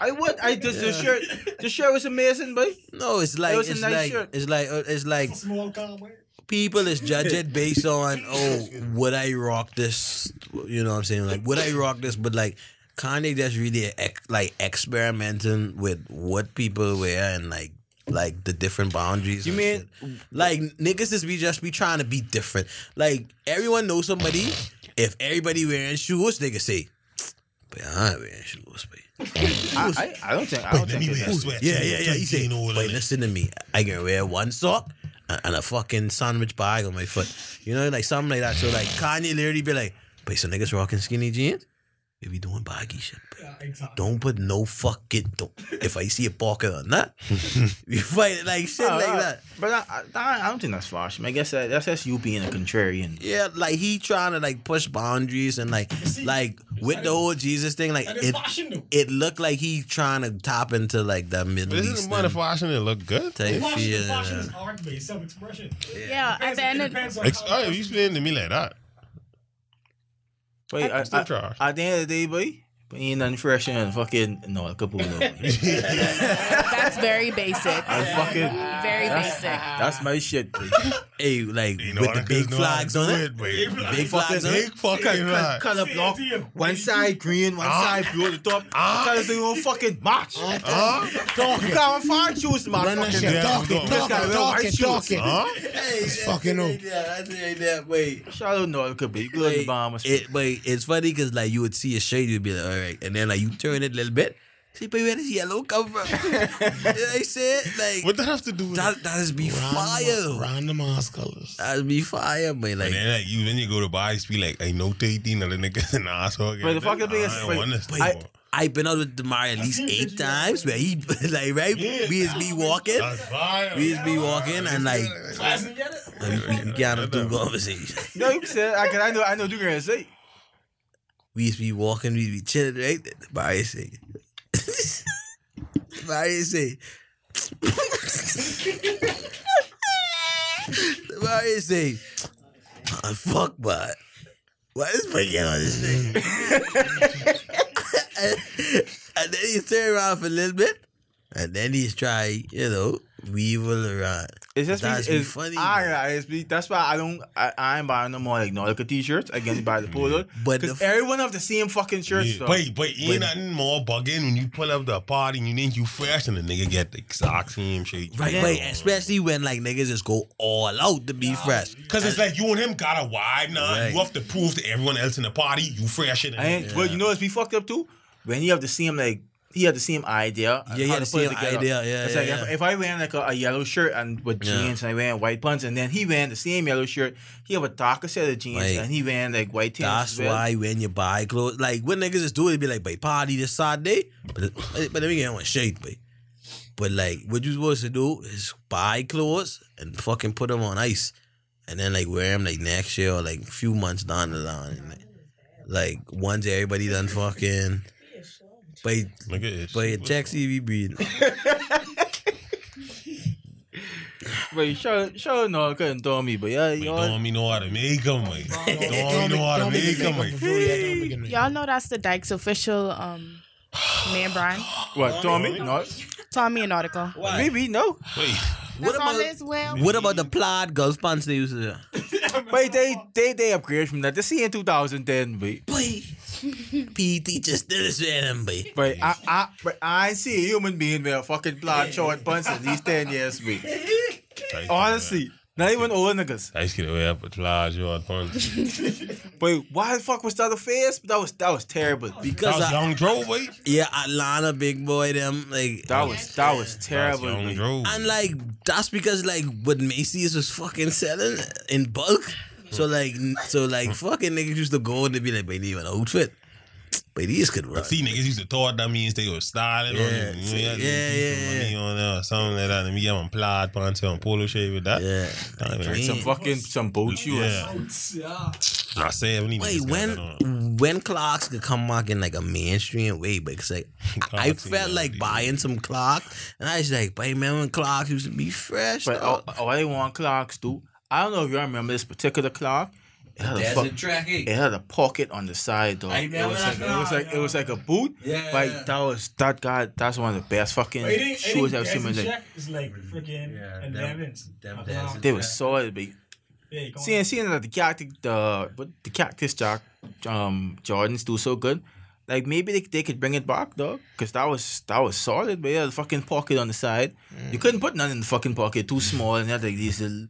I would. I just the shirt. The shirt was amazing, boy. No, it's like It was a it's nice like shirt. it's like uh, it's like Small car, boy. people is judged based on oh would I rock this you know what I'm saying like would I rock this but like Kanye that's really ex- like experimenting with what people wear and like like the different boundaries You and mean- shit. like niggas is be just be trying to be different like everyone knows somebody if everybody wearing shoes they can say but I ain't wearing shoes but I, I, I don't think. I don't Let think. me wear a it's- sweatshirt. yeah, yeah, yeah. He said, Twenty all wait, in it. listen to me. I can wear one sock and and a fucking sandwich bag on my foot. You know, like something like that. So like Kanye literally be like, wait, so niggas rocking skinny jeans? if you're doing baggy shit. But Yeah, exactly. don't put no fucking. Don't, if I see a pocket or not, you fight it like shit like that. Oh, But I, I, I don't think that's fashion. I guess that, that's just you being a contrarian. Yeah, like he trying to like push boundaries and like see, like with the that- whole Jesus thing, like That is it fashion though. it looked like he trying to tap into like that Middle Isn't Eastern the motherfucker that look good? type Fashion, feel. uh, fashion is art based self expression. Yeah, at the end of Ex- oh, if you spitting to me like that. But I, Still I, trash. at the end of the day, boy, but ain't nothing fresh and fucking no a couple of that's very basic. I fucking Very basic. that's my shit. Boy. Hey, like You know with how the niggas big know how to flags on do it. boy. Big flags on it. Big fucking flag. Color block, one side green, one Ah. side blue at the top. Ah. Color so you won't fucking match. Huh? You can't fire choose, man. Run that fucking- shit. yeah, talk we it, don't- talk This guy it, wear talk white it, shoes. talk it. Huh? It's fucking old. that's ain't that way. Shout out North Korea. You good in the Bahamas. It, but it's funny because like you would see a shade, you'd be like, all right, and then like you turn it a little bit. See, but where does yellow come from? you know what I said? Like What that have to do with it? that that is be fire. Randomized colors. That's be fire, but like And then like you when you go to buy, be like, I know eighteen other niggas an asshole. again." But the fucking thing is, I wait, don't want this But no I, more. I've been out with Demar at least seen the eight picture. times where he like right Yeah. we just be walking. That's fire. We just be walking and like we we got to do conversations. No, you said I can. I know. I know. You gonna say. We just be walking, we be chilling, right? Demar say, Demar say, Demar say, "Ah, fuck, but why is breaking on this thing? and, and then he turn around for a little bit, and then he's try, you know, weevil around. It's just That's me, be it's, funny, I, man. I- it's me, that's why I don't. I, I ain't buying no more like Nautica t-shirts. I can buy the polo. But the f- Because everyone have the same fucking shirts. Yeah. so- Wait, wait, ain't nothing more bugging when you pull up the party and you think you fresh and the nigga get the exact same shit. Right, right, especially when like niggas just go all out to be fresh. Cause it's like you and him got a vibe now. Right. You have to prove to everyone else in the party you fresher than And him. well, you know what's be fucked up too? When you have the same like he had the same idea. and Yeah, he how had to the put it same together. idea, yeah, it's yeah, like If, yeah. if I wear like a, a yellow shirt and with Yeah. jeans, and I wear white pants, and then he wearing the same yellow shirt, he have a darker set of jeans, Right. and he wearing like white pants. That's as well. why when you buy clothes, like what niggas just do, they be like, "But party this Saturday, but but let me get on shade, but but like what you supposed to do is buy clothes and fucking put them on ice, and then like wear them like next year or like a few months down the line, and, like, like once everybody done fucking, but Look at this. but your checks you be breathing. Wait, show show no, I couldn't tell me, but yeah, you Don't me know how to make them, like. Don't me know how to make them, like. Y'all know that's the Dykes official um man Brian. what Tommy? No, Tommy and Nautica. maybe no. Wait, What That's all about this well. what about the plaid golf pants they used to? wear? Wait, they they they upgrade from that. They see in 2010, but Boy, PE teachers still is wearing them, boy. but I I but I see a human being with a fucking blood short pants in these 10 years, but honestly. Not even old niggas. I used to get away up with large yard punch. But why the fuck was that a face? That was that was terrible. Be- That Because was I, young Dro, wait. yeah, Atlanta big boy them like That was that was That's terrible. young be. Dro. and like that's because like what Macy's was fucking selling in bulk. So like n- so like fucking niggas used to go and they'd be like, "But need an outfit, but these could run." See, niggas used to thought that means they were "Oh, styling on Yeah, you. you know, you had to yeah, keep some yeah, money on there or something like that. Let me get my plaid pants on polo shirt with that. yeah. Damn it. Wait, Some fucking some boat shoes. Yeah. I say we need Wait, niggas got that on. when when clocks could come back in like a mainstream way, but it's like I I Clocks, felt yeah, like dude. buying some clocks, and I was like, "But man, when clocks used to be fresh." But oh, all, dog." all they want clocks do. I don't know if y'all remember this particular clock. It had, a fuck- it had a pocket on the side though. It was like it was like it was like a boot. Yeah. Like that was that guy. That's one of the best fucking But it ain't, it ain't shoes I've seen. in Desi the- Jack is like freaking yeah, and Evans. They were solid, but seeing seeing that the cactus the what the cactus jack um Jordans do so good. Like maybe they, they could bring it back though, cause that was that was solid. But yeah, the fucking pocket on the side, Mm. you couldn't put none in the fucking pocket, too small, and they had like these little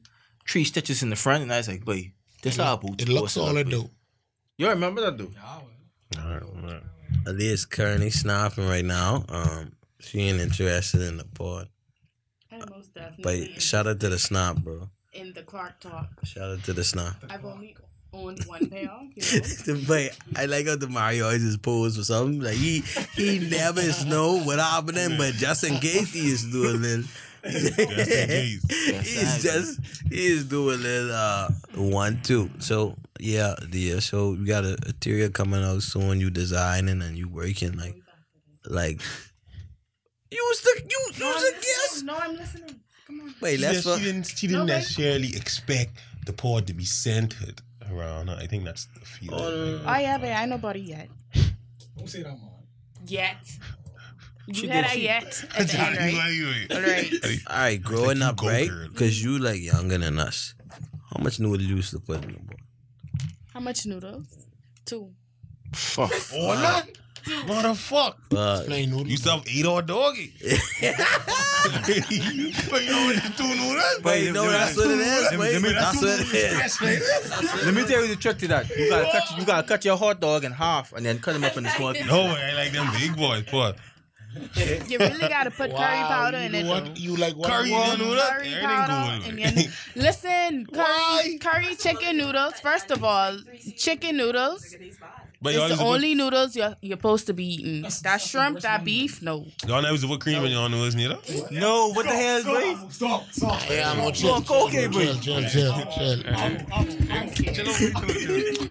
three stitches in the front, and I was like, wait, this how boots. It looks supposed to all it look, do. boy." You remember that dude? Alright, man. Ali is currently snapping right now. Um, she ain't interested in the pod. most But shout out to the snap, bro. in the Clark talk. Shout out to the snap. I've only on one panel. You know? but I like how the Mario always is posed for something. Like he he never is know what happening, but just in case he is doing it. Just in case. he's just he's doing it uh one two. So yeah, dear. So you got a interior coming out soon. You designing and you working like like you was the you you was a guest. No, I'm listening. Come on. Wait, Yeah, that's she what didn't. She didn't No, wait. necessarily expect the pod to be centered around her. I think that's the feeling. Oh yeah, but I ain't nobody yet. Don't say that, man. Yet. You had a yet at the end, right? All Right. right. All right, growing you up, go, right? girl. Because you like younger than us. How much noodle you used to put in the bowl? How much noodles? Two. Fuck. Or not. Motherfuck. But Plain noodles. You still have eight or doggy. but you know what the two noodles? But you know that's what it is, Let me- mate. let me- That's what it is. Let me tell you the trick to that. You gotta cut, you gotta cut your hot dog in half and then cut them up in the small pieces. No way, I like them big boys, but You really gotta put curry powder in you it. know though. what? You like what? curry what? noodle, Curry powder everything and good. your man. listen, curry, curry chicken noodles. First of all, chicken noodles. But y'all It's used the to put, only noodles you're, you're supposed to be eating. That shrimp, that beef, no. y'all never used to put cream in y'all noodles neither. No, what the hell, boy? Stop, stop. Yeah, I'm on chill. cocaine, Chill, chill, chill, chill.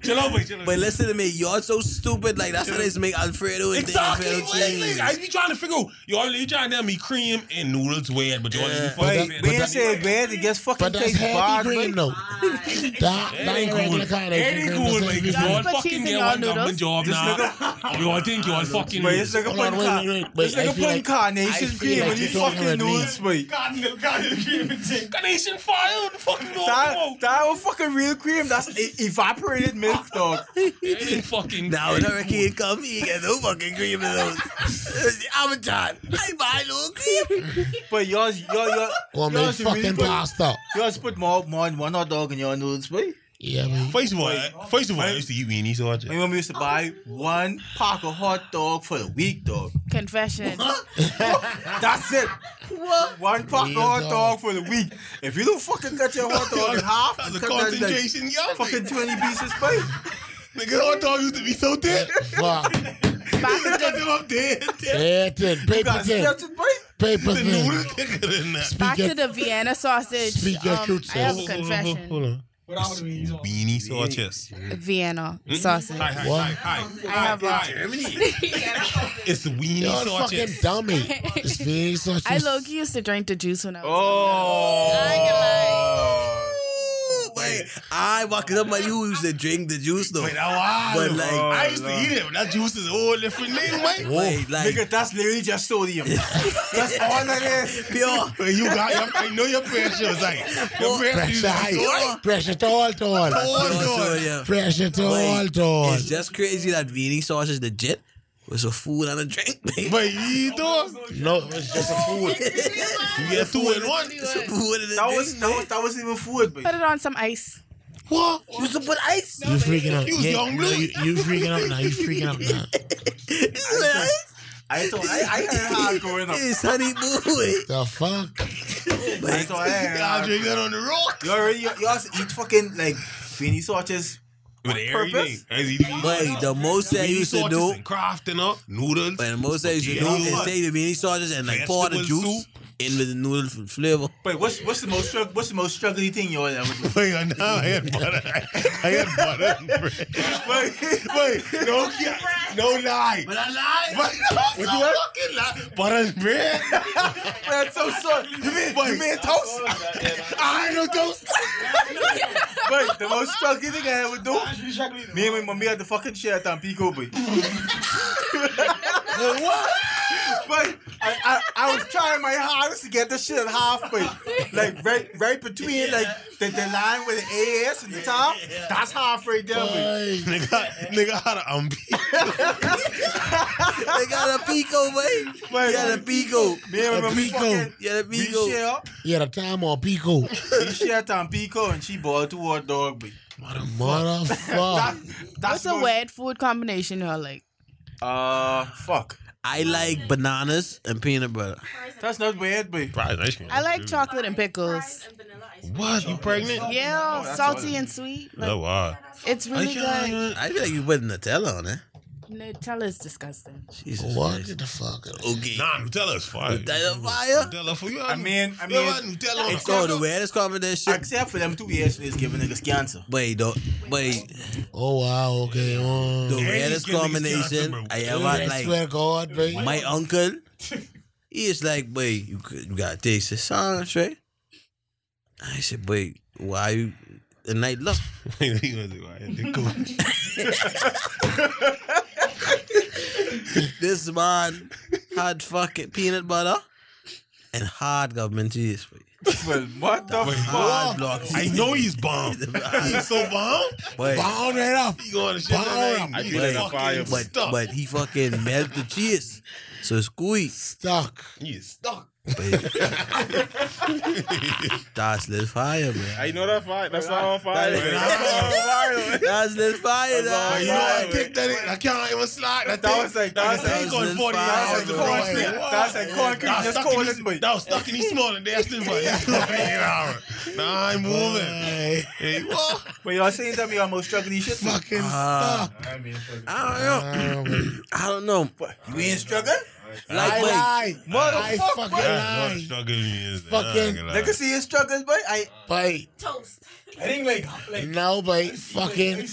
Chill out, boy, chill out. But listen to me, y'all so stupid. Like that's what they make Alfredo and Exactly. damn what it is. I be trying to figure out. Y'all, you trying to tell me cream and noodles weird, but y'all Yeah. yeah. But fucking. we ain't say bad. It gets fucking But that's tastes heavy bad. green, boy. though. that, that ain't regular kind of Any green. That's heavy green. good, like, you all Just put cheese fucking in get your one government noodles. job Just now. look You all think you all fucking. But this nigga Hold on, putting wait, wait, car- wait, wait. this I nigga feel putting like- I carnation feel cream like in you these don't fucking have me. noodles, boy. Goddamn, goddamn, cream and thing. Carnation fire, what the fucking That, that was fucking real cream. That's e- evaporated milk, dog. Ain't fucking. Now when Hurricane come, he get no fucking cream in those. I'm done. I buy no cream. But yours, your, your, Or make yours, really fucking put, pasta. yours put more, more than one hot dog in your noodles, boy. Yeah, man. First of all, I- first of all, I used to eat weenies all I day. remember we used to buy one pack of hot dog for the week, dog. Confession. That's it. One pack of Weird hot dog. dog for the week. If you don't fucking cut your hot dog in half, That and was a cut that like, concentration, yeah. fucking 20 pieces, boy. Nigga, hot dog used to be so thin. Fuck. Back in Cut the, them up dead. dead. Yeah, thin. Paper That's thin. it, boy. Paper The noodle thin. thicker than that. back to the Vienna sausage. Speak your Um, truth, I have a sis. confession. on. What I would mean, so- Weenie sausages. Vienna Mm-hmm. sausage. Hi, hi, What? hi, I hi. have a. It's weenie You're a fucking sausages. dummy. It's being such I low key used to drink the juice when I was. Oh. Wait, I walked up my you used to drink the juice though. Wait, now why? But like- I used to eat it, but that juice is a whole different name, mate. Wait, like Nigga, that's literally just sodium. that's all that is. pure. But you got, your, I know your pressure was like, your pressure is Pressure like, high. Pressure tall, tall. oh, Also, Lord. yeah. Pressure tall, Wait, tall. It's just crazy that Viennese sausage legit was a food and a drink. man. But you eat those, No, it's just a food. you get two in one. It's a food and a That drink. was that was that wasn't even food, but Put it on some ice. What? You used to put ice. You freaking out. You was Yeah, young no, blue. you, you freaking out now. You freaking out now. You used to put ice. I thought I, I had hard growing up. It's honey boy. The fuck? I thought I had I'll hard. drink that on the rock. You already you you also eat fucking like Finny sausages. With everything. purpose? I used to eat Wait, the most I weenie used to sausages do, and crafting up, noodles. wait, the most I used to do Yeah. is take the Viennese sausage and like pour the Vegetable juice soup. in with the noodle f- flavor. Wait, what's what's the most strugg- what's the most struggling thing you all ever do? Wait, I know I had butter. I had butter and bread. Wait, Wait, no, yeah, no lie. But I lied. But no, no fucking lie. Butter and bread. that's so sorry. You mean you mean toast? I don't toast. Wait, the most struggling thing I ever do. Me and my mommy had the fucking shit at um, Tampico, boy. What? But I, I, I was trying my hardest to get the shit at halfway. Like right right between like the, the line with the AS and the top. That's halfway there. boy. Hey, Nigga, nigga had a um. They got a pico, boy. Wait, You got a pico. Me and my mommy Pico. fucking You got a we pico. share, you had a time on Pico. we share Tampico and she bought two hot dog. Boy. Motherfucker. That, that's What's a most- weird food combination y'all like? Uh, fuck. I like bananas and peanut butter. That's not bad, but Fries and ice cream. I like chocolate and pickles. Oh, What? You pregnant? Yeah, salty and sweet. Like, Oh wow. It's really good. I feel like you put Nutella on it. Nutella is disgusting. Jesus What Christ. the fuck? Okay. Nah, Nutella is fire. Nutella fire? Nutella for you. I mean, I You know what? mean, Nutella on a It's all the cracker? weirdest combination. except for them two years, it's giving niggas cancer. Wait, though. Wait. Oh wow, okay. Um, The he's weirdest giving combination Johnson, bro. I dude, ever I like. swear to God, baby. My uncle, he is like, boy, you, could- you gotta taste the sauce, right? I said, boy, why you? And I look. He gonna do it. This man had fucking peanut butter and hard government cheese. boy. Well, what the Hard block I know he's bomb. he's so bomb. Boy, Bound right up. He going to shit. Bomb. tonight. I He feel like a fucking fire, but, stuck. but he fucking melted the cheese. So it's gooey. Stuck. he is stuck. That's lit fire, man. I know that fire. That's not on fire. That- man. That's lit fire, But dog. you know what? I think that is. I can't even slide. That, That was like- that was thing like- going 40 hours that to was go like- in. That's like concrete, That was just stuck in cold his- and wet. That was stuck in his small and that's still for an hour. Nah, I'm moving. Hey, Hey, what? But y'all saying that me almost struggling these shit. man. fucking Ah. stuck. I don't know. Ah, Um, I don't know. What? You ain't struggling? Like, I wait. lied. I Motherfucker, fucking That's what lied. struggling is. Fucking- Nigga see you struggling, boy. I Bite. I think like like No bite. Fucking.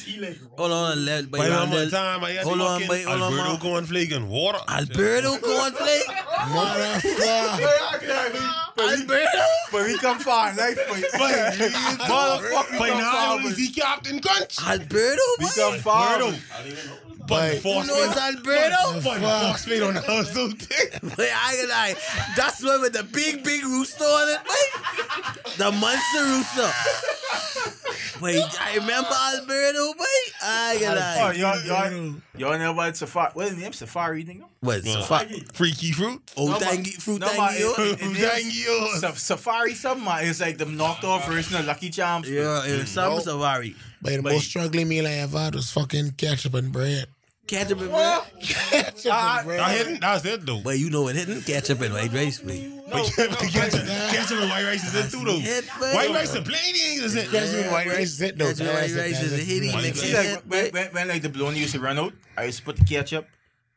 Hold on, let wait, By the hold amount on. of time I had Hold the on, fucking wait, hold on, Alberto man. cornflake and water. Alberto cornflake. Motherfucker. Alberto. but we come far in life, boy. By Motherfucker, we come now far, is boy. he Captain Crunch. Alberto. We boy? come far. boy. But You know it's phosphate. Alberto. But phosphate on the house so thick. Wait, I can like that's one with the big, big rooster on it, boy. The monster rooster. Wait, I remember Alberto, boy. I can Oh, like y'all, y'all, y'all know about safari? What's his name? Safari nigga? what? Safa- Freaky fruit. oh, No, but- tangy, fruit no, but tangy, yo. it- Who is- dang yours? Sa- Safari something man. It's like the knocked off version of Lucky Charms. Yeah, yeah, some Savari. But the most struggling meal I ever had was fucking ketchup and bread. Ketchup and bread. Ketchup and bread. I hit That's it though. Wait, you know it hitting ketchup and white rice, boy. But ketchup ketchup and white rice is it too though. It, but- White rice and plain eggs is it. Ketchup and white rice is it, though. Ketchup and white rice is a hitty White mix. See, it, like when, boy. when, when like the bologna used to run out, I used to put the ketchup,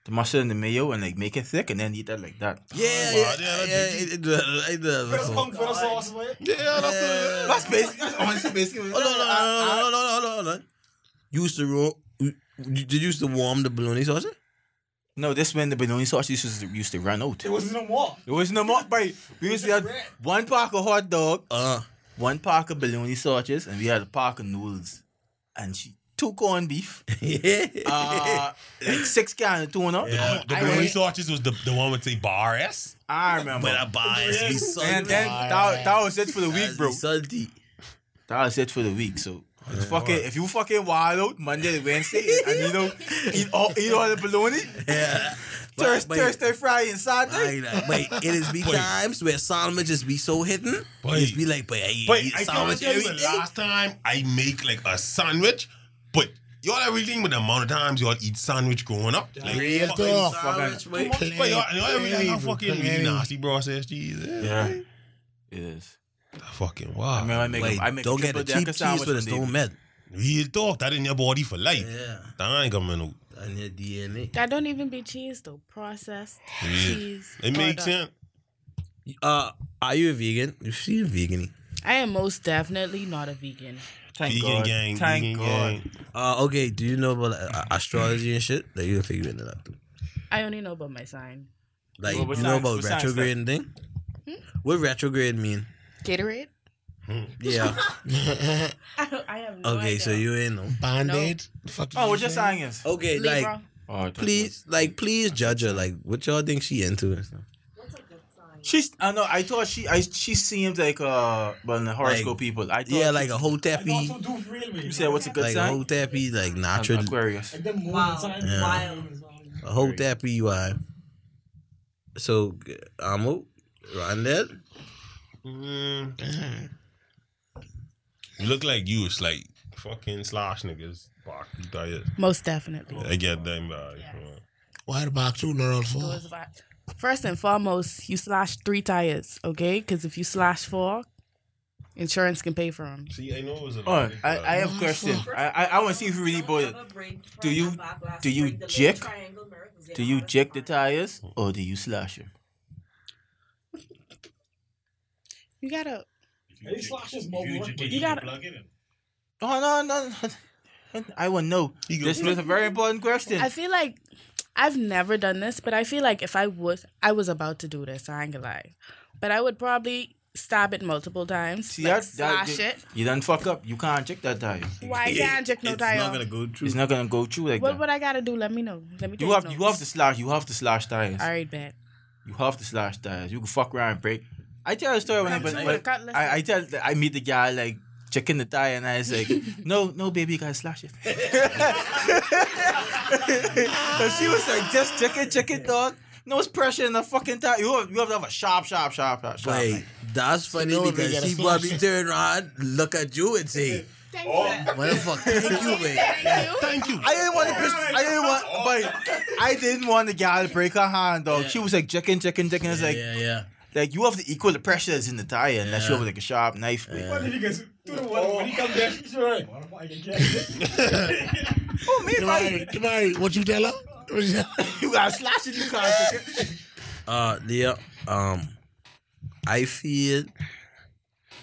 the mustard, and the mayo, and like make it thick, and then eat that like that. Yeah, Wow, yeah, yeah, yeah. that's it- it does, it does. Hold on, Yeah, that's it. That's basically, that's honestly basically. hold on, hold on, hold on, hold on, hold on. You used to roll. you- Did you used to warm the bologna sausage? No, this when the bologna sauce used to, used to run out. There wasn't no more. There wasn't no more, but we used to have one pack of hot dog, Uh, one pack of bologna sausages, and we had a pack of noodles, and she two corned beef, yeah. uh, like six can of tuna. The the bologna sausage was the the one with the bar S. I remember. but I buy it be salty. and then that, that was it for the It's week, be bro. Salty. That was it for the week. So it's fucking if you fucking wild out Monday to Wednesday and you know eat all eat all the bologna, Yeah. Thursday, But- Thursday, Friday, and Saturday. I like, wait, it is be times where sandwich just be so hidden. Boy. Just be like, but I eat But I can't sandwich tell you every the day. last time I make like a sandwich, but y'all ever think with the amount of times y'all eat sandwich growing up? Like, Real fucking- talk. Sandwich, wait. But y'all, y'all ever think how fucking really Plain. nasty processed cheese is? Yeah. It is. eh, Fucking I mean, wow. I make Wait, a, I make don't a get triple a cheap decker cheese sandwich for the one day. stone melt. Real talk, that in your body for life. Yeah. That ain't coming out. And your DNA. That don't even be cheese though. Processed cheese. It makes product. sense. Uh, are you a vegan? You see a vegan. I am most definitely not a vegan. Thank vegan God. gang, Thank vegan God. gang. Uh, okay. Do you know about uh, astrology and shit? Like you figure it out. Too. I only know about my sign. Like Well, what you know science- about what science retrograde and thing. What retrograde mean? Gatorade? Yeah. I, don't, I have no Okay, idea. so you ain't know. Band aid? Fuck Oh, you what your saying? sign is? Okay, like Libra. Oh, please, like please judge her. Like what y'all think she into and stuff. She's. I know. I thought she. I. She seems like uh, well, the horoscope Like- people. I thought Yeah, like a whole not tappy, to do real with you said what's a good like a whole sign? tappy, like natural, Aquarius. them wow. time. a whole tappy vibe. So, Amo, Rondell, Mm. You look like you. It's like fucking slash niggas. Fuck, you tired. Most definitely. I get them. Uh, What about two girls for? Those vi- First and foremost, you slash three tires, okay? Because if you slash four, insurance can pay for them. See, I know it was a Oh, lot. I, I have a question. I, I, I want to see if you really bought it. Do you- do you jick? Do you jack the tires or do you slash them? You gotta. Hey, slash is more work, but You gotta. Oh no no! no. I want to know. This is a very important question. I feel like I've never done this, but I feel like if I was, I was about to do this. I ain't gonna lie, but I would probably stab it multiple times. See that? like, that- slash you, it. you done fuck up. You can't check that tire. Why can't check no It's not tire? gonna go through. It's not gonna go through like What that. would I gotta do? Let me know. Let me. You take have you have notes. to slash. You have to slash tires. All right, bet. You have to slash tires. You can fuck around and break. I tell a story when I, Come but, to but it, God bless I, you. I tell I meet the guy like checking the tire and I was like, no no baby you gotta slash it. and she was like just check it check it dog. No it's pressure in the fucking tire. You have you have to have a sharp sharp sharp sharp. sharp. Wait, like, that's funny know we because gotta she slash probably turn around, look at you, and say, Thank Oh. you. "Motherfucker, thank you, man." Thank you. Thank you. I didn't want to piss. I didn't want, but I didn't want the guy to break her hand, dog. She was like checking, checking, checking. It's like, yeah, yeah. like you have to equal the pressure that's in the tire, unless you have like a sharp knife. blade. Oh, me, Kamari, Kamari, what you tell her? What you tell her? You got slash it, you can't check it. Uh, yeah. Um, I feel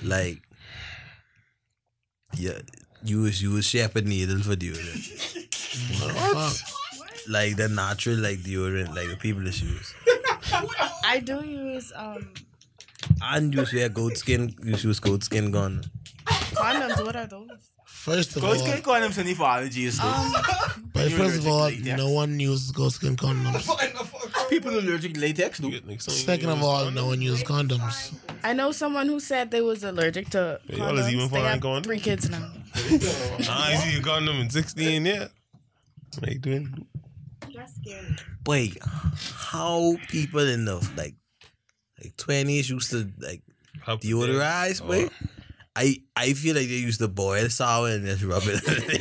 like yeah, you was you was shaping needle for deodorant. Like the natural like deodorant, like the people just use. I do use um And you wear goat skin. You use goat skin gun. condoms. What are those? First of all, Go skin condoms and for allergies. Um, but first of all, latex. no one uses ghost skin condoms. People allergic to latex, no. Second of all, no one uses condoms. I know someone who said they was allergic to Hey, y'all is condoms. even They fine have going. three kids now. I see you got them in 16, yeah. Like doing Wait, how people in the like like twenties used to like how deodorize? Wait, I I feel like they used to boil sour and just rub it.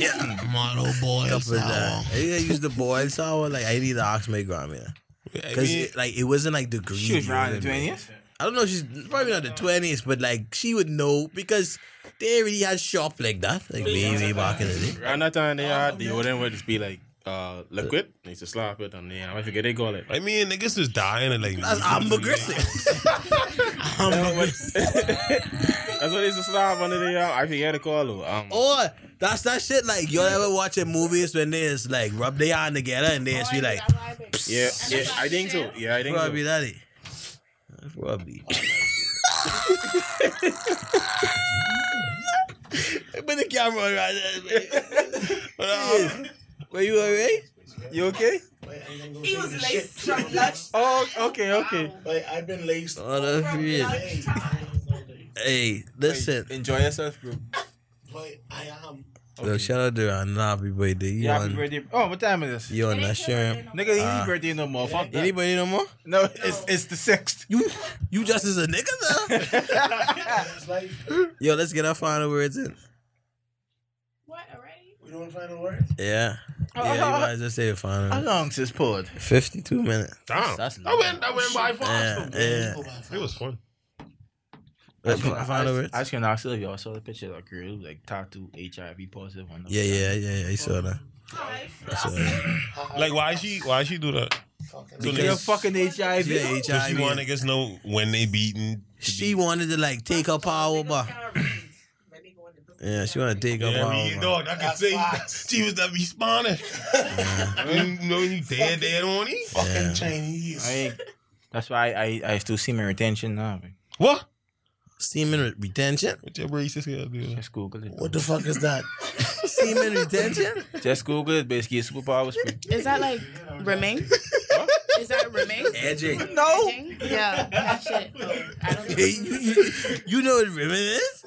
yeah. Model boy, Cup of sour. that. uh, I think I used the boil sour. Like I need to ask my grandma I because mean, like it wasn't like the green. She was around the deodorant, man. twentieth. I don't know. She's probably not the twenties, but like she would know because they already had shop like that, like way way back in the day. Around that time they had deodorant would just be like uh liquid. They used to slap it on the I forget they call it. I mean, niggas is dying and like. That's I'm aggressive. That's what they used to slap under the uh, I forget to call it. Um Or that's that shit. Like you all ever watching movies when they just like rub their hand together and they Oh, just be like, yeah, yeah, I think so. Yeah, I think so. probably that it. Probably. But the camera right there. man. Were you alright? You okay? He was late from lunch. Oh, okay, okay. Oh, the shit. Hey, listen. Enjoy yourself, bro. Yo, shout out to Ron. Happy birthday. You Yeah, happy on, birthday. Oh, what time is this? you on that shrimp? Nigga, it ain't Uh, birthday no more. Fuck that. Anybody no more? No, it's it's the sixth. You you just as a nigga though. Yo, let's get our final words in. What already? Yeah. Yeah, you might as well say your final. How words. long's this pod? 52 minutes. Damn. That's I went, I went by Yeah, fast. yeah. It was fun. What, final words? I was gonna ask you if y'all saw the picture of that girl who like tattoo HIV positive on the Yeah, yeah, yeah, yeah. You saw that. I saw that. Like, why she, why she do that? So You're niggas, fucking HIV. Yeah, does she HIV. want niggas know when they beaten? She wanted to like take her power back. Yeah, she wanted to take her Yeah, power me, back. dog, I can say she was that responding. you know, you dead, dead on it. Yeah. I ain't- that's why I, I, I still see my retention now. man. What? Semen re- retention? What your racist girl do? Just Google it. What the fuck is that? Semen retention? Just Google it. Basically, it's superpower. Is that like remain? Is that remain? Edging. No. Yeah, that shit. Oh, I don't. Hey, you, you, you know what ribbon is?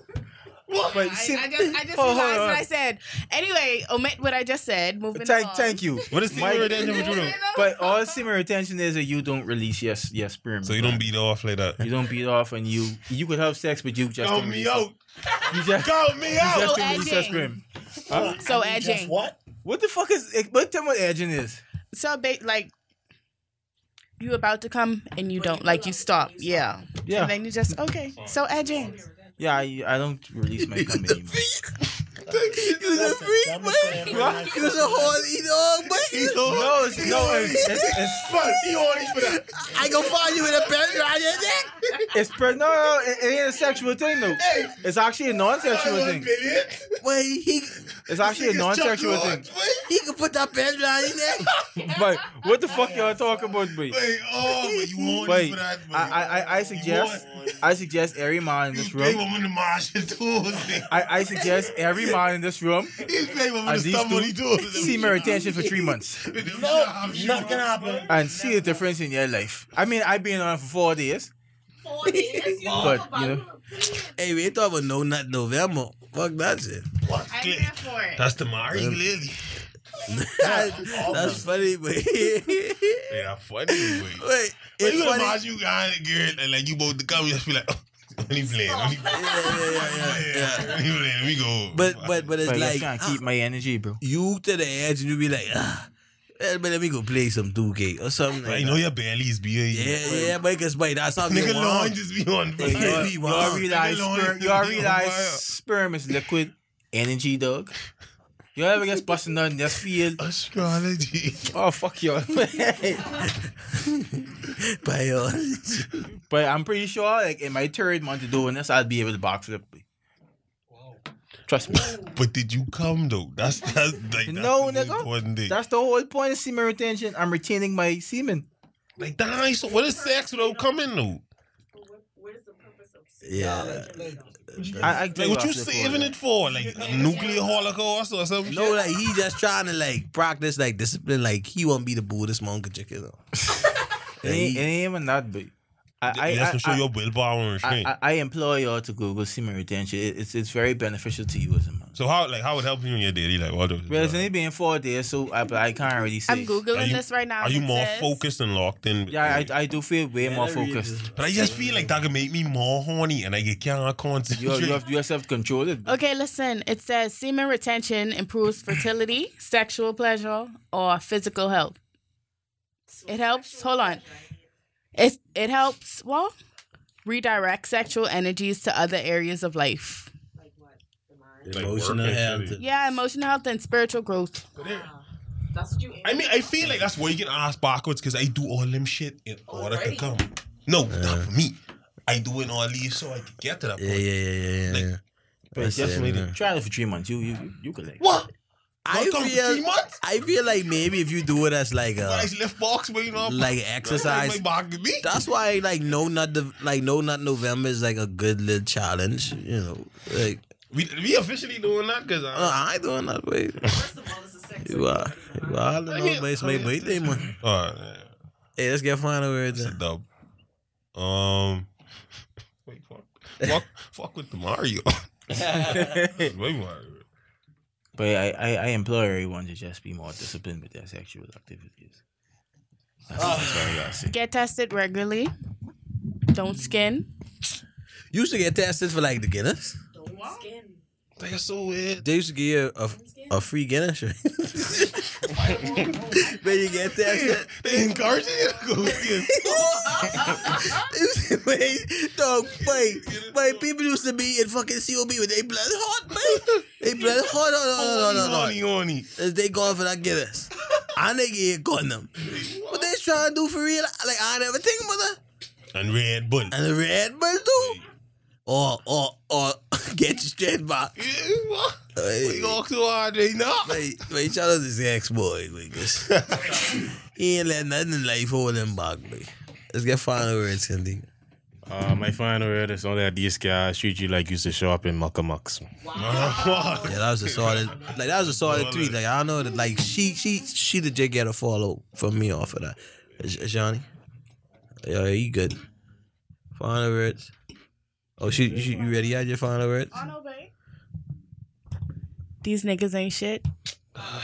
But I, I just, I just Oh, hold realized on. what I said. Anyway, omit what I just said. Moving thank, on. thank you. What is the Mike- retention for you? But all semen retention is that you don't release your your sperm. So you don't beat off like that. You don't beat off, and you you could have sex, but you just Count don't me release- out. You just, Count me you out. just don't release your edging. sperm. So edging. eh, What the fuck is? What tell me what edging is? So ba- like you about to come and you don't like you stop. Yeah. Yeah. And then you just okay. So Ed James. Yeah, I, I don't release my cum anymore. That's the dumbest thing I've ever heard. no, it's, no, it's, it's, it's, I go find you in a bed right in it's per, no, no, it, it ain't a sexual thing though. It's actually a non-sexual thing. Wait, he It's actually a non-sexual thing. he can put that bed right in there. But what the fuck y'all talking about, boy? Wait, oh, but you horny Wait, for that? boy. I, I, I, I suggest, I suggest every man in You this play room. woman in Mars and tools. I, I suggest every man in this room You play woman and and these stuff on two tools. see my retention for three months No, Not gonna happen. and see the difference in your life. I mean, I've been on for four days, Four days, you know, but you know, Hey, we ain't talking about no nut November. Fuck that shit. I'm here for it. That's the Mari clearly. That's funny, but wait, Yeah, funny. Wait. But it's you gonna funny. imagine you guy and a girl and like you both to come, you just be like, only playing, only playing, Yeah, yeah, yeah, yeah, yeah. only playing. We go. But but but it's but I like can't ah, keep my energy, bro. you to the edge and you be like, ah, eh, but let me go play some 2K or something. But Like you that. know your belly is beer. Yeah, yeah, but because but that's how Nigga, they want. loin just be on Yeah. fire. you You all are. realize, Leave me alone. sperm, you all Leave me realize alone. sperm is liquid energy, dog. You all ever get busted on this field? Astrology. Oh fuck y'all! By all. but I'm pretty sure, like in my third month of doing this, I'd be able to box flip. Trust me. But did you come though? That's that's like that's No, the nigga. important thing. That's the whole point of semen retention. I'm retaining my semen. like that. So what is sex without coming though? Yeah. I, I Like what you saving it for? Like a nuclear holocaust or something? No, like he just trying to like practice like discipline. Like he won't be the Buddhist monk and chicken. It ain't, it ain't even that big. I, I, that's to I, show your willpower and I, strength. I, I implore y'all to Google semen retention. It, it's it's very beneficial to you as a man. so how like how it help you in your daily life? What Well, does it's only been four days, so I, but I can't really say. I'm Are googling you- this right now. Are you It more says- focused and locked in? Yeah, I, I do feel way more focused. but I just feel like that could make me more horny, and I get can't You concentrate. have, you have you have self control it. Okay, listen. It says semen retention improves fertility, sexual pleasure, or physical health. It helps. Hold on. It it helps. Well, redirect sexual energies to other areas of life. Emotional health. Yeah, emotional health and spiritual growth. That's what you I mean, I feel like that's why you can ask backwards because I do all them shit in order to Already. come. No, not for me. I do it all these so I can get to that Yeah, point. yeah, yeah, yeah, yeah. yeah. But That's just it, wait, yeah. try it for three months. You you you- you could like. What? I Don't come for three feel, months? I feel like maybe if you do it as like But a I left box, but you know, like My exercise, back to me. that's why like no not the like no not November is like a good little challenge. You know, like We, we officially doing that because uh, I ain't doing that way. First of all, it's a sex. You are, you are the no place my birthday man. uh, Hey, let's get final words. it's a dub. Um, wait, fuck, fuck, fuck with the Mario. Wait, Mario. But I, I I implore everyone to just be more disciplined with their sexual activities. That's, that's all I gotta say. Get tested regularly. Don't skin. You used to get tested for like the Guinness. That's so weird. They used to give you a, a free Guinness. right? when you get tested, They encouraging you to go skin. wait, dog, wait, wait. People used to be in fucking COB with they blood hot, man. They blood hot, no, no, no, no, no. Honey, honey. Is They going for that Guinness. I nigga ain't caught them. What they trying to do for real? Like I never think about that. And Red Bull. And the Red Bull too. Or or or get your straight back. Yeah, what? Hey. We walk so hard, they not. Wait, wait, shout out this ex boy, because he ain't let nothing in life hold him back, boy. Let's get final words, Cindy. Uh, my final word is only that these guys treat you like you used to show up in Muckamucks. Yeah, that was a solid, like that was a solid tweet. Like I don't know, that, like she, she, she the J get a follow from me off of that. J- Johnny, yeah, you good? Final words. Oh, she, you, you ready? You had your final words. These niggas ain't shit,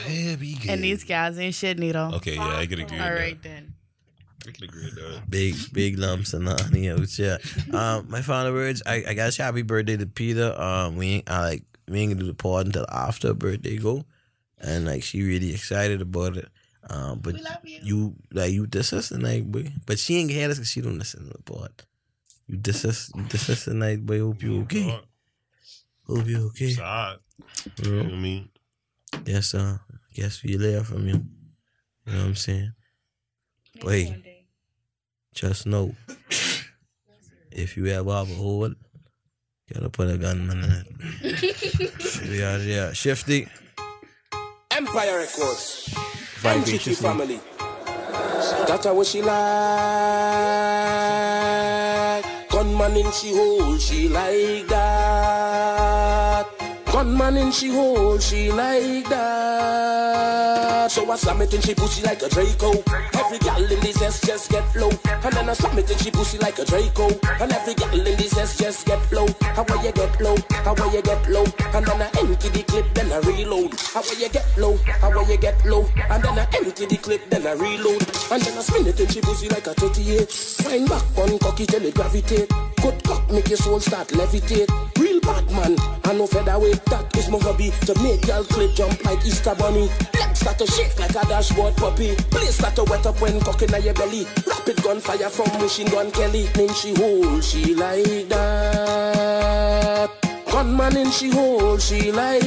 Yeah, be good. and these guys ain't shit, neither. Okay, yeah, I can agree All with right then. that. uh, I can agree with that. Big, big lumps and honey out yeah. Um, my final words. I, I guess happy birthday to Peter. Um, we ain't I, like we ain't gonna do the pod until after her birthday go, and like she really excited about it. Um, but you like you diss us tonight, boy. But she ain't had us because she don't listen to the pod. You diss us, you diss us tonight, boy. Hope you okay. Alright, Hope you okay. Oh It's alright. you You know know? what I mean? Yes, uh, guess we learn from you. You know what I'm saying? But hey, just know if you ever have a hole, gotta put a gunman in it. we are yeah, shifty. Empire Records, Vibration. MGT family. That's how she like. Gunman in she hole, she like that. Gunman in she hole, she like that. So I slam it in she pussy like a Draco. Every gal in this S just get low. And then I slam it in she pussy like a Draco. And every gal in this S just get low. How will you get low? How will you get low? And then I empty the clip, then I reload. How will you get low? How will you get low? And then I empty the clip, then I reload. And then I spin it in she pussy like a 38. Wind back on cocky till it gravitate. Good cock make your soul start levitate. Real bad man, I no featherweight. That is my hobby to make y'all clip jump like Easter bunny. Legs start to shake like a dashboard puppy. Place start to wet up when cocking on your belly. Rapid gunfire from machine gun Kelly. Then she hold, she like that. Gunman in she hole, she like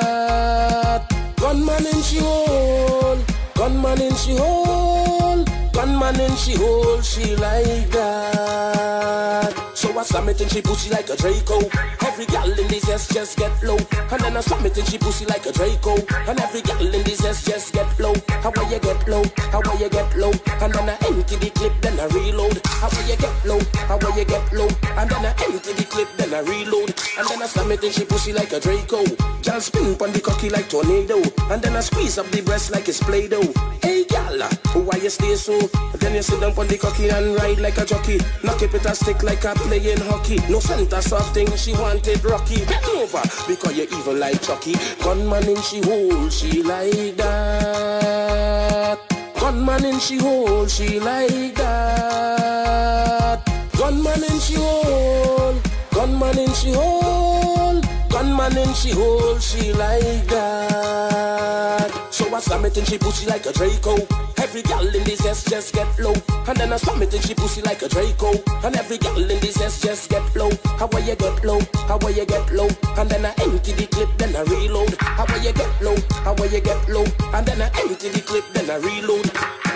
that. Gunman in she hole, gunman in she hole, gunman in she hole, she like that. So I slam it in she pussy like a Draco. Every gal in this S just get low, and then I slam it in she pussy like a Draco. And every gal in this S just get low. How will you get low? How will you get low? And then I empty the clip, then I reload. How will you get low? How will you get low? And then I empty the clip, then I reload. And then I slam it in she pussy like a Draco. Gal spin on the cocky like tornado. And then I squeeze up the breast like it's Play-Doh. Hey gal, why you stay so? Then you sit down on the cocky and ride like a jockey. Knock it with a stick like a playing hockey. No center soft thing, she wanted Rocky. Get over, because you even like Chucky. Gunman in she hole, she like that. Gunman in she hole, she like that. Gunman in she hole, gunman in she hole, gunman in she hole, she like that. So I slam it in she pussy like a Draco. Every gal in this S just get low, and then I slam it in she pussy like a Draco. And every gal in this S just get low. How will you get low? How will you get low? And then I empty the clip, then I reload. How will you get low? How will you get low? And then I empty the clip, then I reload.